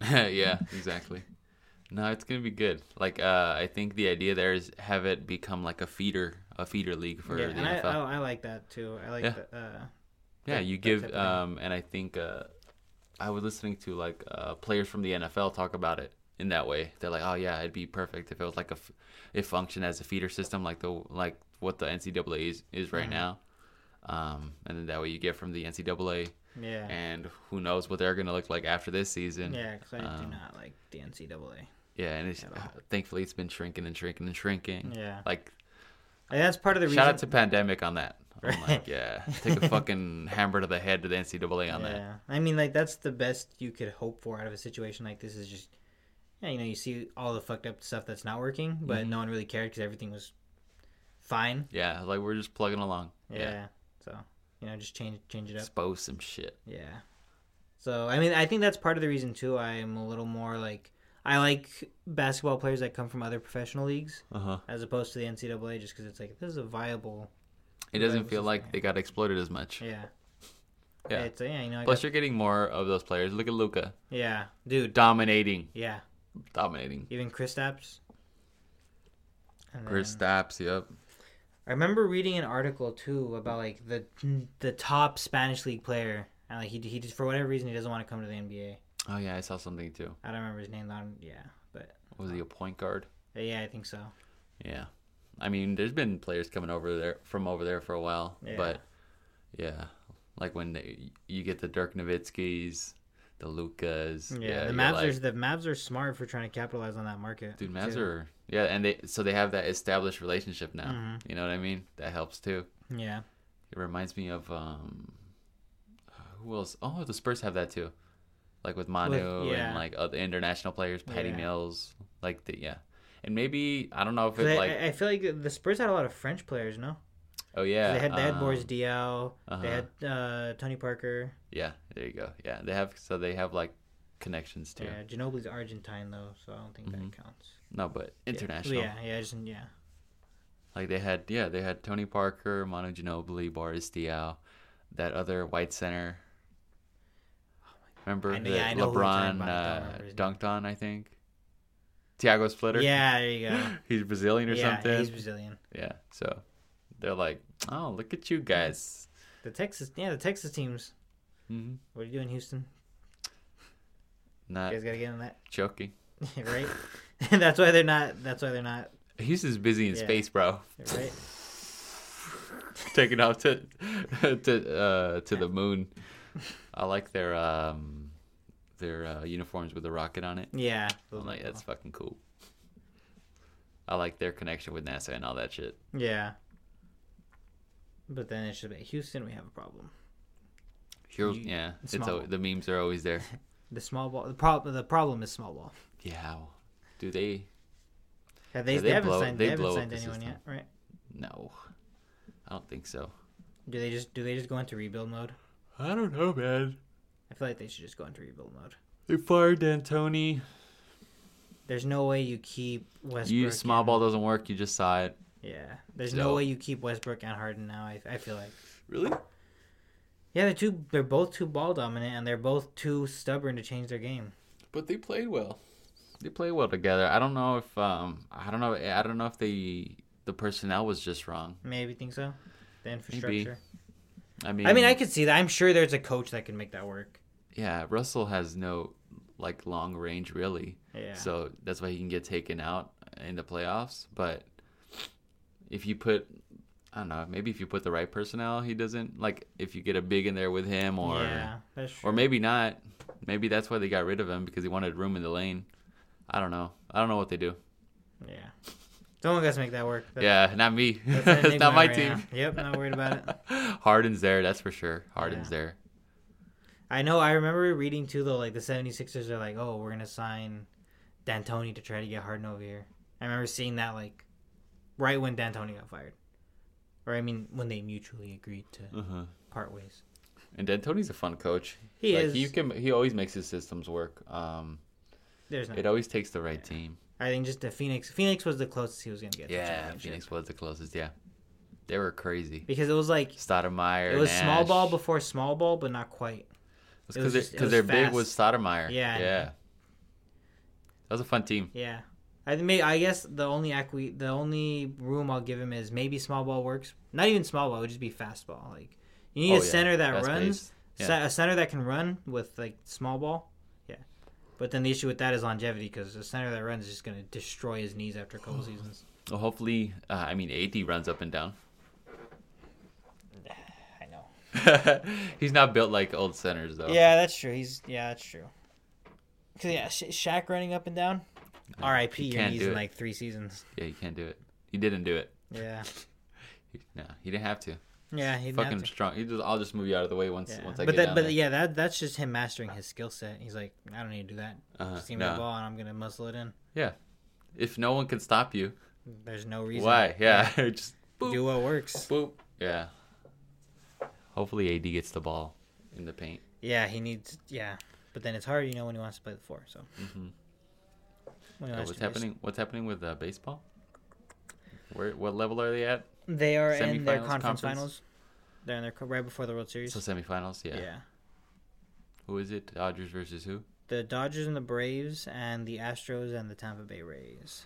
[SPEAKER 1] *laughs* Yeah, exactly. No, it's gonna be good. Like, uh, I think the idea there is have it become like a feeder, a feeder league for
[SPEAKER 2] yeah,
[SPEAKER 1] the
[SPEAKER 2] and I,
[SPEAKER 1] NFL.
[SPEAKER 2] oh, I like that too. I like
[SPEAKER 1] Yeah.
[SPEAKER 2] the. Uh,
[SPEAKER 1] yeah,
[SPEAKER 2] that-
[SPEAKER 1] you
[SPEAKER 2] that
[SPEAKER 1] give,
[SPEAKER 2] type of thing.
[SPEAKER 1] um, and I think uh, I was listening to like uh, players from the NFL talk about it in that way. They're like, oh yeah, it'd be perfect if it was like a, f- it functioned as a feeder system like the like what the NCAA is, is
[SPEAKER 2] Mm-hmm.
[SPEAKER 1] right now, um, and then that way you get from the NCAA,
[SPEAKER 2] Yeah.
[SPEAKER 1] and who knows what they're gonna look like after this season.
[SPEAKER 2] Yeah, because I do
[SPEAKER 1] Um,
[SPEAKER 2] not like the NCAA.
[SPEAKER 1] Yeah, and it's, uh,
[SPEAKER 2] At all.
[SPEAKER 1] thankfully it's been shrinking and shrinking and shrinking.
[SPEAKER 2] Yeah,
[SPEAKER 1] Like
[SPEAKER 2] and that's part of the reason.
[SPEAKER 1] Hmm. shout out to pandemic on that. I'm
[SPEAKER 2] Right.
[SPEAKER 1] like, yeah, take a
[SPEAKER 2] *laughs*
[SPEAKER 1] fucking hammer to the head to the NCAA on that.
[SPEAKER 2] yeah, I mean, like that's the best you could hope for out of a situation like this. Is just, yeah, you know, you see all the fucked up stuff that's not working, but
[SPEAKER 1] Mm-hmm.
[SPEAKER 2] no one really cared because everything was fine.
[SPEAKER 1] Yeah, like we're just plugging along.
[SPEAKER 2] Yeah.
[SPEAKER 1] Yeah,
[SPEAKER 2] so you know, just change change it up.
[SPEAKER 1] expose some shit.
[SPEAKER 2] Yeah. So I mean, I think that's part of the reason too. I'm a little more like I like basketball players that come from other professional leagues
[SPEAKER 1] Uh huh.
[SPEAKER 2] as opposed to the NCAA, just because it's like this is a viable.
[SPEAKER 1] It
[SPEAKER 2] Right,
[SPEAKER 1] doesn't
[SPEAKER 2] this
[SPEAKER 1] feel
[SPEAKER 2] is
[SPEAKER 1] like
[SPEAKER 2] fine.
[SPEAKER 1] they got exploited as much.
[SPEAKER 2] Yeah.
[SPEAKER 1] Yeah.
[SPEAKER 2] It's, yeah, you know. I
[SPEAKER 1] Plus,
[SPEAKER 2] got,
[SPEAKER 1] you're getting more of those players. Look at Luca
[SPEAKER 2] yeah, dude.
[SPEAKER 1] dominating,
[SPEAKER 2] Yeah,
[SPEAKER 1] dominating.
[SPEAKER 2] even Kristaps. And
[SPEAKER 1] Chris
[SPEAKER 2] then-
[SPEAKER 1] Stapps, yep.
[SPEAKER 2] I remember reading an article too about like the the top Spanish league player, and like he he just for whatever reason he doesn't want to come to the NBA.
[SPEAKER 1] Oh yeah, I saw something too.
[SPEAKER 2] I don't remember his name. I don't- Yeah, but
[SPEAKER 1] Was he a point guard?
[SPEAKER 2] uh, yeah, I think so.
[SPEAKER 1] Yeah. I mean, there's been players coming over there from over there for a while,
[SPEAKER 2] Yeah.
[SPEAKER 1] but yeah, like when they, you get the Dirk Nowitzkis, the Lucas.
[SPEAKER 2] Yeah,
[SPEAKER 1] you're
[SPEAKER 2] the Mavs
[SPEAKER 1] like,
[SPEAKER 2] are the Mavs are smart for trying to capitalize on that market.
[SPEAKER 1] dude. Mavs
[SPEAKER 2] too.
[SPEAKER 1] are yeah, and they so they have that established relationship now.
[SPEAKER 2] Mhm.
[SPEAKER 1] You know what I mean? That helps too.
[SPEAKER 2] yeah,
[SPEAKER 1] It reminds me of um, who else? Oh, the Spurs have that too, like with Manu
[SPEAKER 2] yeah.
[SPEAKER 1] and like other international players, Patty
[SPEAKER 2] Yeah.
[SPEAKER 1] Mills, like the yeah, and maybe I don't know if
[SPEAKER 2] 'Cause
[SPEAKER 1] it
[SPEAKER 2] I,
[SPEAKER 1] like
[SPEAKER 2] I, I feel like the Spurs had a lot of French players. No,
[SPEAKER 1] oh yeah,
[SPEAKER 2] they had they had
[SPEAKER 1] um,
[SPEAKER 2] Boris Diaw,
[SPEAKER 1] uh-huh.
[SPEAKER 2] they had uh, Tony Parker.
[SPEAKER 1] Yeah, there you go. Yeah, they have so they have like connections too.
[SPEAKER 2] Yeah, Ginobili's Argentine though, so I don't think
[SPEAKER 1] Mhm.
[SPEAKER 2] that counts.
[SPEAKER 1] No, but international.
[SPEAKER 2] Yeah, yeah, just yeah.
[SPEAKER 1] Like they had yeah, they had Tony Parker, Manu Ginobili, Boris Diaw, that other white center. Remember
[SPEAKER 2] Oh I know-
[SPEAKER 1] that
[SPEAKER 2] yeah, I know who you're
[SPEAKER 1] LeBron
[SPEAKER 2] talking about. I don't
[SPEAKER 1] uh,
[SPEAKER 2] remember his name.
[SPEAKER 1] dunked on, I think. Thiago Splitter.
[SPEAKER 2] Yeah, there you go.
[SPEAKER 1] *laughs* he's Brazilian *gasps* or
[SPEAKER 2] yeah,
[SPEAKER 1] something.
[SPEAKER 2] he's Brazilian.
[SPEAKER 1] Yeah. So they're like, oh, look at you guys.
[SPEAKER 2] The Texas, yeah, the Texas teams.
[SPEAKER 1] hmm
[SPEAKER 2] What are you doing, Houston? You
[SPEAKER 1] Not
[SPEAKER 2] guys gotta get on that, *laughs*
[SPEAKER 1] joking.
[SPEAKER 2] right?
[SPEAKER 1] *laughs*
[SPEAKER 2] *laughs* that's why they're not. That's why they're not.
[SPEAKER 1] Houston's busy in
[SPEAKER 2] Yeah.
[SPEAKER 1] space, bro. *laughs*
[SPEAKER 2] Right?
[SPEAKER 1] taken off to *laughs* to uh, to the moon. I like their um, their uh, uniforms with the rocket on it.
[SPEAKER 2] Yeah.
[SPEAKER 1] I'm like, that's fucking cool. I like their connection with NASA and all that shit.
[SPEAKER 2] Yeah. But then it should be Houston. We have a problem.
[SPEAKER 1] Here,
[SPEAKER 2] You-
[SPEAKER 1] yeah,
[SPEAKER 2] it's
[SPEAKER 1] it's al-
[SPEAKER 2] small.
[SPEAKER 1] the memes are always
[SPEAKER 2] *laughs*
[SPEAKER 1] there.
[SPEAKER 2] The small ball. The problem. The problem is small ball.
[SPEAKER 1] Yeah, do they?
[SPEAKER 2] Yeah, they,
[SPEAKER 1] Yeah,
[SPEAKER 2] they,
[SPEAKER 1] they
[SPEAKER 2] haven't
[SPEAKER 1] blow-
[SPEAKER 2] signed.
[SPEAKER 1] they
[SPEAKER 2] They, haven't
[SPEAKER 1] blow up
[SPEAKER 2] signed
[SPEAKER 1] the
[SPEAKER 2] anyone
[SPEAKER 1] system.
[SPEAKER 2] yet, right?
[SPEAKER 1] No, I don't think so.
[SPEAKER 2] Do they just do they just go into rebuild mode?
[SPEAKER 1] I don't know, man.
[SPEAKER 2] I feel like they should just go into rebuild mode.
[SPEAKER 1] They fired D'Antoni.
[SPEAKER 2] There's no way you keep Westbrook.
[SPEAKER 1] You small
[SPEAKER 2] and-
[SPEAKER 1] ball doesn't work. You just saw it.
[SPEAKER 2] Yeah. There's
[SPEAKER 1] So-
[SPEAKER 2] no way you keep Westbrook and Harden now. I, I feel like.
[SPEAKER 1] Really?
[SPEAKER 2] Yeah, they're two. They're both too ball dominant, and they're both too stubborn to change their game.
[SPEAKER 1] But they played well. They played well together. I don't know if um I don't know I don't know if they the personnel was just wrong.
[SPEAKER 2] Maybe think so. The infrastructure.
[SPEAKER 1] I mean
[SPEAKER 2] I mean, I could see that. I'm sure there's a coach that can make that work.
[SPEAKER 1] yeah, Russell has no like long range really.
[SPEAKER 2] Yeah.
[SPEAKER 1] So that's why he can get taken out in the playoffs, but if you put I don't know, maybe if you put the right personnel, he doesn't like if you get a big in there with him or
[SPEAKER 2] yeah, that's true.
[SPEAKER 1] or maybe not. Maybe that's why they got rid of him because he wanted room in the lane. I don't know. I don't know what they do.
[SPEAKER 2] yeah. Someone got to make that work. That-
[SPEAKER 1] Yeah, not me. *laughs*
[SPEAKER 2] that's an
[SPEAKER 1] it's
[SPEAKER 2] enigma
[SPEAKER 1] not my
[SPEAKER 2] right
[SPEAKER 1] team.
[SPEAKER 2] now. Yep, not worried about it.
[SPEAKER 1] *laughs* Harden's there, that's for sure. Harden's
[SPEAKER 2] Yeah.
[SPEAKER 1] there.
[SPEAKER 2] I know. I remember reading too, though. Like the 76ers are like, oh, we're gonna sign D'Antoni to try to get Harden over here. I remember seeing that like right when D'Antoni got fired, or I mean, when they mutually agreed to
[SPEAKER 1] Uh-huh.
[SPEAKER 2] part ways.
[SPEAKER 1] And D'Antoni's a fun coach.
[SPEAKER 2] He
[SPEAKER 1] Like,
[SPEAKER 2] is.
[SPEAKER 1] He can. He always makes his systems work. Um,
[SPEAKER 2] There's no.
[SPEAKER 1] it always takes the right team.
[SPEAKER 2] I think just the Phoenix. Phoenix was the closest he was gonna get. to a
[SPEAKER 1] Yeah,
[SPEAKER 2] championship.
[SPEAKER 1] Phoenix was the closest. Yeah, they were crazy.
[SPEAKER 2] Because it was like
[SPEAKER 1] Stoudemire.
[SPEAKER 2] it was small
[SPEAKER 1] Nash.
[SPEAKER 2] ball before small ball, but not quite. it was
[SPEAKER 1] Because
[SPEAKER 2] just- it was
[SPEAKER 1] their big
[SPEAKER 2] fast.
[SPEAKER 1] was Stoudemire.
[SPEAKER 2] Yeah, I
[SPEAKER 1] yeah. That was a fun team.
[SPEAKER 2] Yeah, I may. I guess the only acqui- the only room I'll give him is maybe small ball works. Not even small ball; it would just be fastball. Like you need
[SPEAKER 1] Oh, yeah.
[SPEAKER 2] a center that
[SPEAKER 1] Fast
[SPEAKER 2] runs,
[SPEAKER 1] pace. Yeah.
[SPEAKER 2] Se- a center that can run with like small ball. Yeah, but then the issue with that is longevity because a center that runs is just gonna destroy his knees after a *sighs* couple seasons.
[SPEAKER 1] Well, hopefully, uh, I mean, AD runs up and down. *laughs*
[SPEAKER 2] I know.
[SPEAKER 1] He's not built like old centers though.
[SPEAKER 2] Yeah, that's true. He's yeah, that's true. Cause yeah, Sha Shaq running up and down. R.I.P.
[SPEAKER 1] you
[SPEAKER 2] Your
[SPEAKER 1] can't
[SPEAKER 2] knees
[SPEAKER 1] do
[SPEAKER 2] in
[SPEAKER 1] it.
[SPEAKER 2] like
[SPEAKER 1] *laughs*
[SPEAKER 2] three seasons.
[SPEAKER 1] Yeah, you can't do it. He didn't do it.
[SPEAKER 2] Yeah,
[SPEAKER 1] He, no, he didn't have to.
[SPEAKER 2] yeah. He'd
[SPEAKER 1] Fucking
[SPEAKER 2] have to.
[SPEAKER 1] strong. He just, I'll just move you out of the way once
[SPEAKER 2] Yeah.
[SPEAKER 1] once I
[SPEAKER 2] but
[SPEAKER 1] get
[SPEAKER 2] that,
[SPEAKER 1] down
[SPEAKER 2] but
[SPEAKER 1] there.
[SPEAKER 2] yeah, that that's just him mastering his skill set. He's like, I don't need to do that.
[SPEAKER 1] Uh,
[SPEAKER 2] Just give me
[SPEAKER 1] no.
[SPEAKER 2] the ball and I'm gonna muscle it in.
[SPEAKER 1] If no one can stop you,
[SPEAKER 2] There's no reason.
[SPEAKER 1] why? Yeah, *laughs* just boop,
[SPEAKER 2] Do what works.
[SPEAKER 1] boop. Yeah. Hopefully, AD gets the ball in the paint.
[SPEAKER 2] Yeah, he needs. Yeah, but then it's hard, you know, when he wants to play the four. So.
[SPEAKER 1] Mhm.
[SPEAKER 2] When he
[SPEAKER 1] Uh,
[SPEAKER 2] wants
[SPEAKER 1] what's
[SPEAKER 2] to play-
[SPEAKER 1] happening? What's happening with uh, baseball? Where? What level are they at?
[SPEAKER 2] They are in their
[SPEAKER 1] Semifinals,
[SPEAKER 2] conference,
[SPEAKER 1] conference?
[SPEAKER 2] finals. They're in their co- right before the World Series.
[SPEAKER 1] So semifinals. Yeah.
[SPEAKER 2] yeah.
[SPEAKER 1] Who is it? Dodgers versus who?
[SPEAKER 2] The Dodgers and the Braves and the Astros and the Tampa Bay Rays.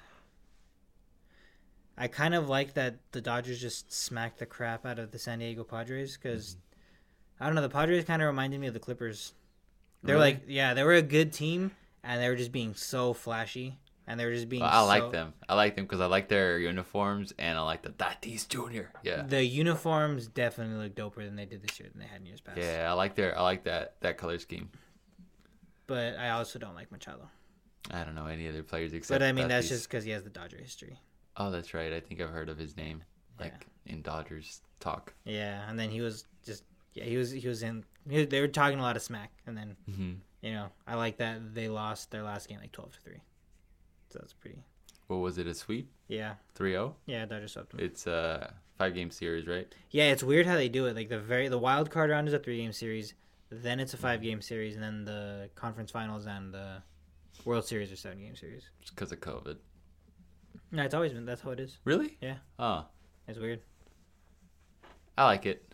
[SPEAKER 2] I kind of like that the Dodgers just smacked the crap out of the San Diego Padres because
[SPEAKER 1] Mm-hmm.
[SPEAKER 2] I don't know the Padres kind of reminded me of the Clippers. They're
[SPEAKER 1] Really?
[SPEAKER 2] like yeah they were a good team and they were just being so flashy and they were just being
[SPEAKER 1] Well, I
[SPEAKER 2] so-
[SPEAKER 1] like them. I like them because I like their uniforms and I like the Tatis Jr. Yeah.
[SPEAKER 2] The uniforms definitely look doper than they did this year than they had in years past.
[SPEAKER 1] Yeah, I like their I like that that color scheme.
[SPEAKER 2] But I also don't like Machado.
[SPEAKER 1] I don't know any other players except.
[SPEAKER 2] But I mean that's
[SPEAKER 1] Tatis.
[SPEAKER 2] just because he has the Dodger history.
[SPEAKER 1] Oh, that's right. I think I've heard of his name, like in Dodgers talk.
[SPEAKER 2] Yeah, and then he was just yeah he was he was in he, was- they were talking a lot of smack, and then
[SPEAKER 1] hmm
[SPEAKER 2] you know I like that they lost their last game like twelve to three, so that's pretty.
[SPEAKER 1] What was it? A sweep,
[SPEAKER 2] Yeah,
[SPEAKER 1] 3-0?
[SPEAKER 2] yeah, Dodgers swept them.
[SPEAKER 1] It's a five game series, right?
[SPEAKER 2] Yeah, it's weird how they do it. Like the very the wild card round is a three game series, then it's a five game series, and then the conference finals and the World Series are seven game series.
[SPEAKER 1] Just because of COVID.
[SPEAKER 2] No, it's always been that's how it is.
[SPEAKER 1] Really?
[SPEAKER 2] Yeah.
[SPEAKER 1] Oh,
[SPEAKER 2] It's weird.
[SPEAKER 1] I like it.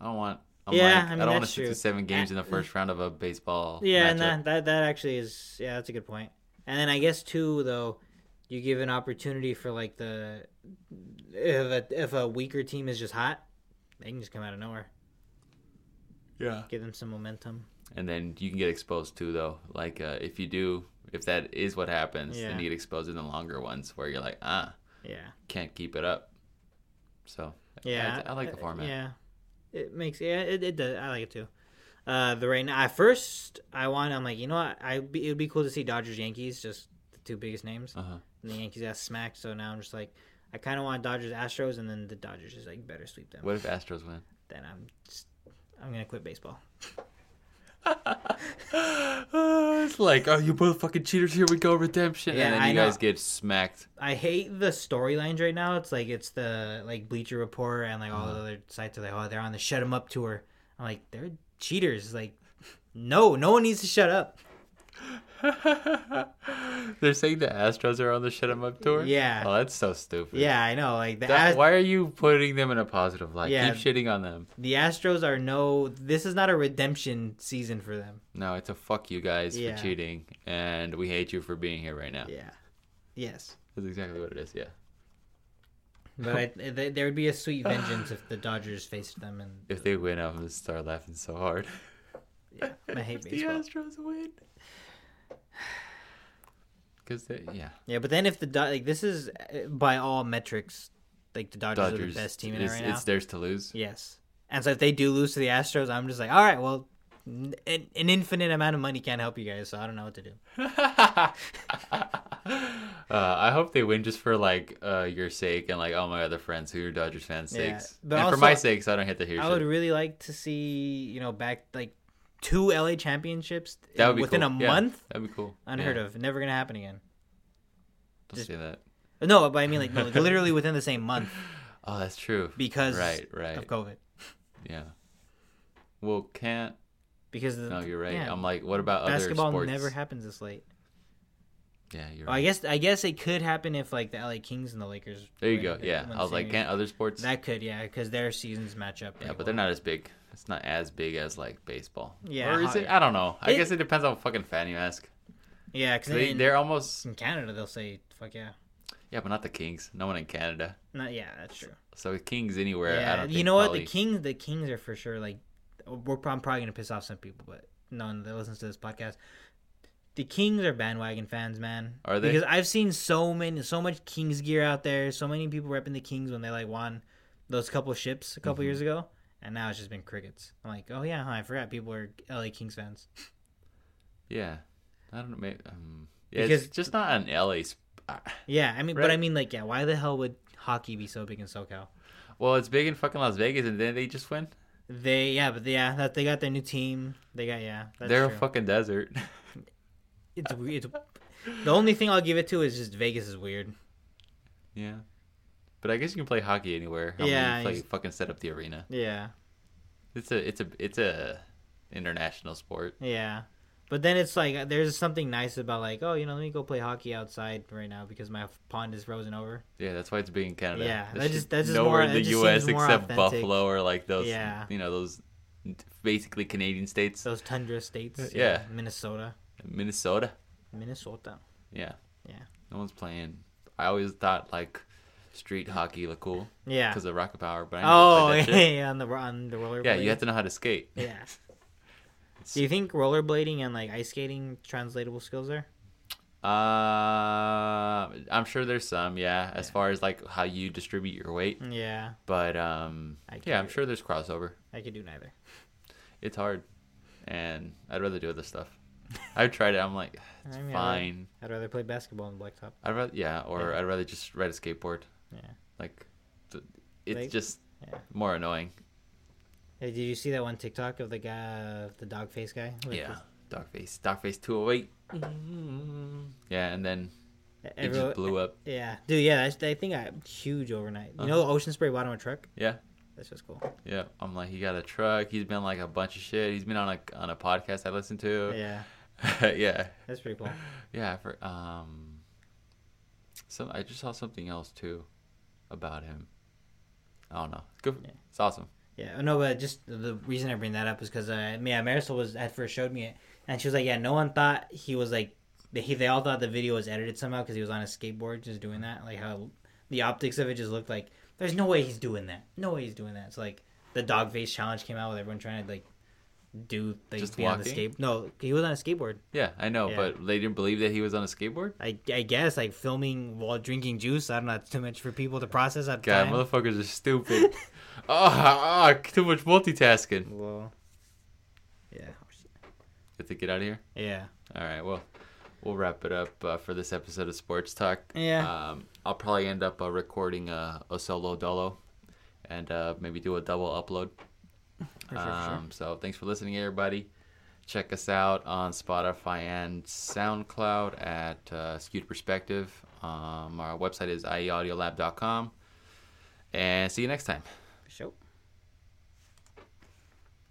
[SPEAKER 1] I don't want. I'm like,
[SPEAKER 2] Yeah, I
[SPEAKER 1] I,
[SPEAKER 2] mean,
[SPEAKER 1] don't want to
[SPEAKER 2] that's
[SPEAKER 1] sit
[SPEAKER 2] true.
[SPEAKER 1] through seven games
[SPEAKER 2] Uh,
[SPEAKER 1] in the first round of a baseball.
[SPEAKER 2] Yeah,
[SPEAKER 1] matchup.
[SPEAKER 2] and that, that that actually is yeah, that's a good point. And then I guess too though, you give an opportunity for like the if a if a weaker team is just hot, they can just come out of nowhere,
[SPEAKER 1] yeah.
[SPEAKER 2] give them some momentum.
[SPEAKER 1] and then you can get exposed too though like uh, if you do if that is what happens
[SPEAKER 2] Yeah.
[SPEAKER 1] then you get exposed in the longer ones where you're like ah
[SPEAKER 2] Yeah,
[SPEAKER 1] can't keep it up so
[SPEAKER 2] yeah,
[SPEAKER 1] i, I like the
[SPEAKER 2] uh,
[SPEAKER 1] format
[SPEAKER 2] Yeah, it makes yeah it, it does. I like it too. Uh, the right now, at first I want I'm like you know what I be, it would be cool to see Dodgers Yankees just the two biggest names.
[SPEAKER 1] uh-huh.
[SPEAKER 2] And the Yankees got smacked, so now I'm just like I kind of want Dodgers Astros, and then the Dodgers just like better sweep them.
[SPEAKER 1] what if astros win
[SPEAKER 2] then I'm just I'm gonna quit baseball.
[SPEAKER 1] *gasps* it's like oh you both fucking cheaters here we go redemption
[SPEAKER 2] Yeah,
[SPEAKER 1] and then
[SPEAKER 2] I
[SPEAKER 1] you
[SPEAKER 2] know.
[SPEAKER 1] guys get smacked *laughs*
[SPEAKER 2] I hate the storylines right now. It's like it's the like Bleacher Report and like all the other sites are like, oh, they're on the shut 'em up tour. I'm like, they're cheaters. Like, *laughs* no, no one needs to shut up.
[SPEAKER 1] they're saying the astros are on the shut 'em up tour
[SPEAKER 2] Yeah.
[SPEAKER 1] oh that's so stupid
[SPEAKER 2] Yeah, I know. Like the
[SPEAKER 1] That-
[SPEAKER 2] Ast-
[SPEAKER 1] why are you putting them in a positive light
[SPEAKER 2] Yeah.
[SPEAKER 1] keep shitting on them
[SPEAKER 2] the Astros are no. This is not a redemption season for them.
[SPEAKER 1] no it's a fuck you guys
[SPEAKER 2] Yeah.
[SPEAKER 1] for cheating and we hate you for being here right now
[SPEAKER 2] Yeah. Yes.
[SPEAKER 1] That's exactly what it is. Yeah.
[SPEAKER 2] But I, th- there would be a sweet vengeance if the Dodgers faced
[SPEAKER 1] *laughs*
[SPEAKER 2] them, and
[SPEAKER 1] If they win, I'm gonna start laughing so hard. *laughs*
[SPEAKER 2] yeah, I hate
[SPEAKER 1] if
[SPEAKER 2] baseball.
[SPEAKER 1] the Astros win. *sighs* Because they, yeah,
[SPEAKER 2] Yeah, but then if the Do- like this is uh, by all metrics, like the Dodgers, are the
[SPEAKER 1] Dodgers.
[SPEAKER 2] best team in it
[SPEAKER 1] it's,
[SPEAKER 2] right now.
[SPEAKER 1] it's theirs to lose.
[SPEAKER 2] Yes, and so if they do lose to the Astros, I'm just like, all right, well, n- an, an infinite amount of money can't help you guys, so I don't know what to do.
[SPEAKER 1] *laughs* uh, I hope they win just for like uh, your sake and like all my other friends who are Dodgers fans'
[SPEAKER 2] Yeah,
[SPEAKER 1] sakes,
[SPEAKER 2] but
[SPEAKER 1] and
[SPEAKER 2] also-
[SPEAKER 1] for my sake, so I don't have to hear
[SPEAKER 2] I would
[SPEAKER 1] shit.
[SPEAKER 2] really like to see you know back like two LA championships
[SPEAKER 1] That would be
[SPEAKER 2] within
[SPEAKER 1] cool.
[SPEAKER 2] a
[SPEAKER 1] Yeah,
[SPEAKER 2] month.
[SPEAKER 1] That'd be cool.
[SPEAKER 2] Unheard
[SPEAKER 1] yeah,
[SPEAKER 2] of. Never gonna happen again. Uh,
[SPEAKER 1] Don't say that.
[SPEAKER 2] No, but I mean
[SPEAKER 1] *laughs*
[SPEAKER 2] like no, like, literally within the same month
[SPEAKER 1] Oh, that's true.
[SPEAKER 2] because
[SPEAKER 1] Right, right.
[SPEAKER 2] of COVID.
[SPEAKER 1] Yeah. Well, can't.
[SPEAKER 2] Because the,
[SPEAKER 1] No, you're right.
[SPEAKER 2] yeah,
[SPEAKER 1] I'm like, what about
[SPEAKER 2] basketball
[SPEAKER 1] other sports?
[SPEAKER 2] never happens this late.
[SPEAKER 1] Yeah, you're
[SPEAKER 2] Well, I
[SPEAKER 1] right.
[SPEAKER 2] guess I guess it could happen if like the LA Kings and the Lakers.
[SPEAKER 1] There you
[SPEAKER 2] win
[SPEAKER 1] go.
[SPEAKER 2] the-
[SPEAKER 1] Yeah,
[SPEAKER 2] win the
[SPEAKER 1] I was like,
[SPEAKER 2] series.
[SPEAKER 1] can't other sports?
[SPEAKER 2] that could yeah because their seasons match up.
[SPEAKER 1] Yeah,
[SPEAKER 2] pretty
[SPEAKER 1] but they're
[SPEAKER 2] well.
[SPEAKER 1] not as big. It's not as big as like baseball.
[SPEAKER 2] Yeah,
[SPEAKER 1] or is
[SPEAKER 2] how-
[SPEAKER 1] it? I don't know. I
[SPEAKER 2] It-
[SPEAKER 1] guess it depends on what fucking fan you ask.
[SPEAKER 2] Yeah, because
[SPEAKER 1] They,
[SPEAKER 2] in,
[SPEAKER 1] they're almost
[SPEAKER 2] in Canada they'll say fuck yeah.
[SPEAKER 1] yeah, but not the Kings. No one in Canada.
[SPEAKER 2] Not yeah, that's true.
[SPEAKER 1] So the Kings anywhere. I
[SPEAKER 2] Yeah,
[SPEAKER 1] don't
[SPEAKER 2] you
[SPEAKER 1] think
[SPEAKER 2] know what?
[SPEAKER 1] probably-
[SPEAKER 2] The Kings, the Kings are for sure like we're prob- I'm probably gonna piss off some people, but no one that listens to this podcast. The Kings are bandwagon fans, man.
[SPEAKER 1] Are they?
[SPEAKER 2] Because I've seen so many, so much Kings gear out there. So many people repping the Kings when they like won those couple ships a
[SPEAKER 1] Mm-hmm.
[SPEAKER 2] couple years ago, and now it's just been crickets. I'm like, oh yeah, huh, I forgot people are LA Kings fans.
[SPEAKER 1] Yeah, I don't know. Maybe, um, yeah,
[SPEAKER 2] Because-
[SPEAKER 1] it's just not an LA. Sp- uh,
[SPEAKER 2] Yeah, I mean, but
[SPEAKER 1] Right.
[SPEAKER 2] I mean, like, yeah, why the hell would hockey be so big in SoCal?
[SPEAKER 1] well, it's big in fucking Las Vegas, and then they just win.
[SPEAKER 2] They yeah, but they- yeah, that they got their new team. They got yeah. That's
[SPEAKER 1] They're
[SPEAKER 2] true.
[SPEAKER 1] a fucking desert. *laughs*
[SPEAKER 2] It's we- it's the only thing I'll give it to is just Vegas is weird.
[SPEAKER 1] yeah, but I guess you can play hockey anywhere. How
[SPEAKER 2] Yeah,
[SPEAKER 1] many play,
[SPEAKER 2] you-
[SPEAKER 1] fucking set up the arena.
[SPEAKER 2] Yeah,
[SPEAKER 1] It's a it's a it's a international sport.
[SPEAKER 2] yeah. But then it's like there's something nice about like oh you know let me go play hockey outside right now because my pond is frozen over.
[SPEAKER 1] Yeah, that's why it's big in Canada.
[SPEAKER 2] Yeah, that
[SPEAKER 1] shit-
[SPEAKER 2] just- that's just
[SPEAKER 1] nowhere
[SPEAKER 2] more-
[SPEAKER 1] in
[SPEAKER 2] that
[SPEAKER 1] the
[SPEAKER 2] just
[SPEAKER 1] U.S.
[SPEAKER 2] seems more
[SPEAKER 1] except
[SPEAKER 2] authentic.
[SPEAKER 1] Buffalo or like those.
[SPEAKER 2] Yeah.
[SPEAKER 1] you know those basically Canadian states.
[SPEAKER 2] Those tundra states.
[SPEAKER 1] Uh,
[SPEAKER 2] uh,
[SPEAKER 1] Yeah.
[SPEAKER 2] Minnesota,
[SPEAKER 1] Minnesota.
[SPEAKER 2] Minnesota.
[SPEAKER 1] Yeah.
[SPEAKER 2] Yeah.
[SPEAKER 1] No one's playing. I always thought like street hockey looked cool
[SPEAKER 2] Yeah.
[SPEAKER 1] because of Rocket Power, but I
[SPEAKER 2] Oh *laughs*
[SPEAKER 1] never played that shit.
[SPEAKER 2] yeah, on the on the roller.
[SPEAKER 1] yeah. You have to know how to skate.
[SPEAKER 2] Yeah.
[SPEAKER 1] *laughs*
[SPEAKER 2] Do you think rollerblading and like ice skating translatable skills are?
[SPEAKER 1] Uh, I'm sure there's some. Yeah, as far as like how you distribute your weight,
[SPEAKER 2] Yeah,
[SPEAKER 1] but um,
[SPEAKER 2] I
[SPEAKER 1] yeah, I'm
[SPEAKER 2] could-
[SPEAKER 1] sure there's crossover.
[SPEAKER 2] I could do neither.
[SPEAKER 1] It's hard, and I'd rather do other stuff. I've tried it. I'm like, it's
[SPEAKER 2] *laughs* I mean, I-
[SPEAKER 1] fine.
[SPEAKER 2] I'd rather play basketball on the blacktop.
[SPEAKER 1] I'd rather yeah, or
[SPEAKER 2] Yeah.
[SPEAKER 1] I'd rather just ride a skateboard.
[SPEAKER 2] Yeah.
[SPEAKER 1] Like, th- it's
[SPEAKER 2] Like-
[SPEAKER 1] just
[SPEAKER 2] Yeah.
[SPEAKER 1] more annoying.
[SPEAKER 2] Hey, did you see that one TikTok of the guy, the dog face guy? with
[SPEAKER 1] Yeah, dark face, dark face 208. Yeah, and then
[SPEAKER 2] his-
[SPEAKER 1] it
[SPEAKER 2] everyone-
[SPEAKER 1] just blew up. Uh-huh.
[SPEAKER 2] Yeah, dude. Yeah, that's, I think I huge overnight. You know, ocean spray bottom of truck.
[SPEAKER 1] Yeah,
[SPEAKER 2] That's just cool.
[SPEAKER 1] yeah. I'm like, he got a truck. He's been like a bunch of shit. He's been on a on a podcast I listened to.
[SPEAKER 2] Yeah,
[SPEAKER 1] Yeah, *laughs* yeah,
[SPEAKER 2] that's pretty cool.
[SPEAKER 1] yeah. I For, um, some I just saw something else too about him. I don't know. It's good.
[SPEAKER 2] Yeah.
[SPEAKER 1] It's awesome.
[SPEAKER 2] Yeah, no, but just the- the reason I bring that up is because uh, yeah, Marisol was at first showed me it, and she was like, "Yeah, no one thought he was like, they, he, they all thought the video was edited somehow because he was on a skateboard just
[SPEAKER 1] Mm.
[SPEAKER 2] doing that. Like how the optics of it just looked like there's no way he's doing that. No way he's doing that. So like the dog face challenge came out with everyone trying to like do like
[SPEAKER 1] Just
[SPEAKER 2] be on the
[SPEAKER 1] walking?
[SPEAKER 2] skate. No, he was on a skateboard.
[SPEAKER 1] Yeah, I know,
[SPEAKER 2] Yeah.
[SPEAKER 1] but they didn't believe that he was on a skateboard.
[SPEAKER 2] I, I guess like filming while drinking juice. I don't know. It's too much for people to process at the
[SPEAKER 1] God,
[SPEAKER 2] time.
[SPEAKER 1] motherfuckers are
[SPEAKER 2] *laughs*
[SPEAKER 1] stupid. oh, ah, ah, too much multitasking.
[SPEAKER 2] Well, yeah,
[SPEAKER 1] Get to get out of here.
[SPEAKER 2] yeah.
[SPEAKER 1] All right. Well, we'll wrap it up uh, for this episode of Sports Talk.
[SPEAKER 2] Yeah.
[SPEAKER 1] Um, I'll probably end up uh, recording uh, a solo dolo and uh, maybe do a double upload.
[SPEAKER 2] sure, for sure.
[SPEAKER 1] Um, So thanks for listening, everybody. Check us out on Spotify and SoundCloud at uh, Skewed Perspective. E Um, our website is ieaudiolab.com. And see you next time.
[SPEAKER 2] Sure.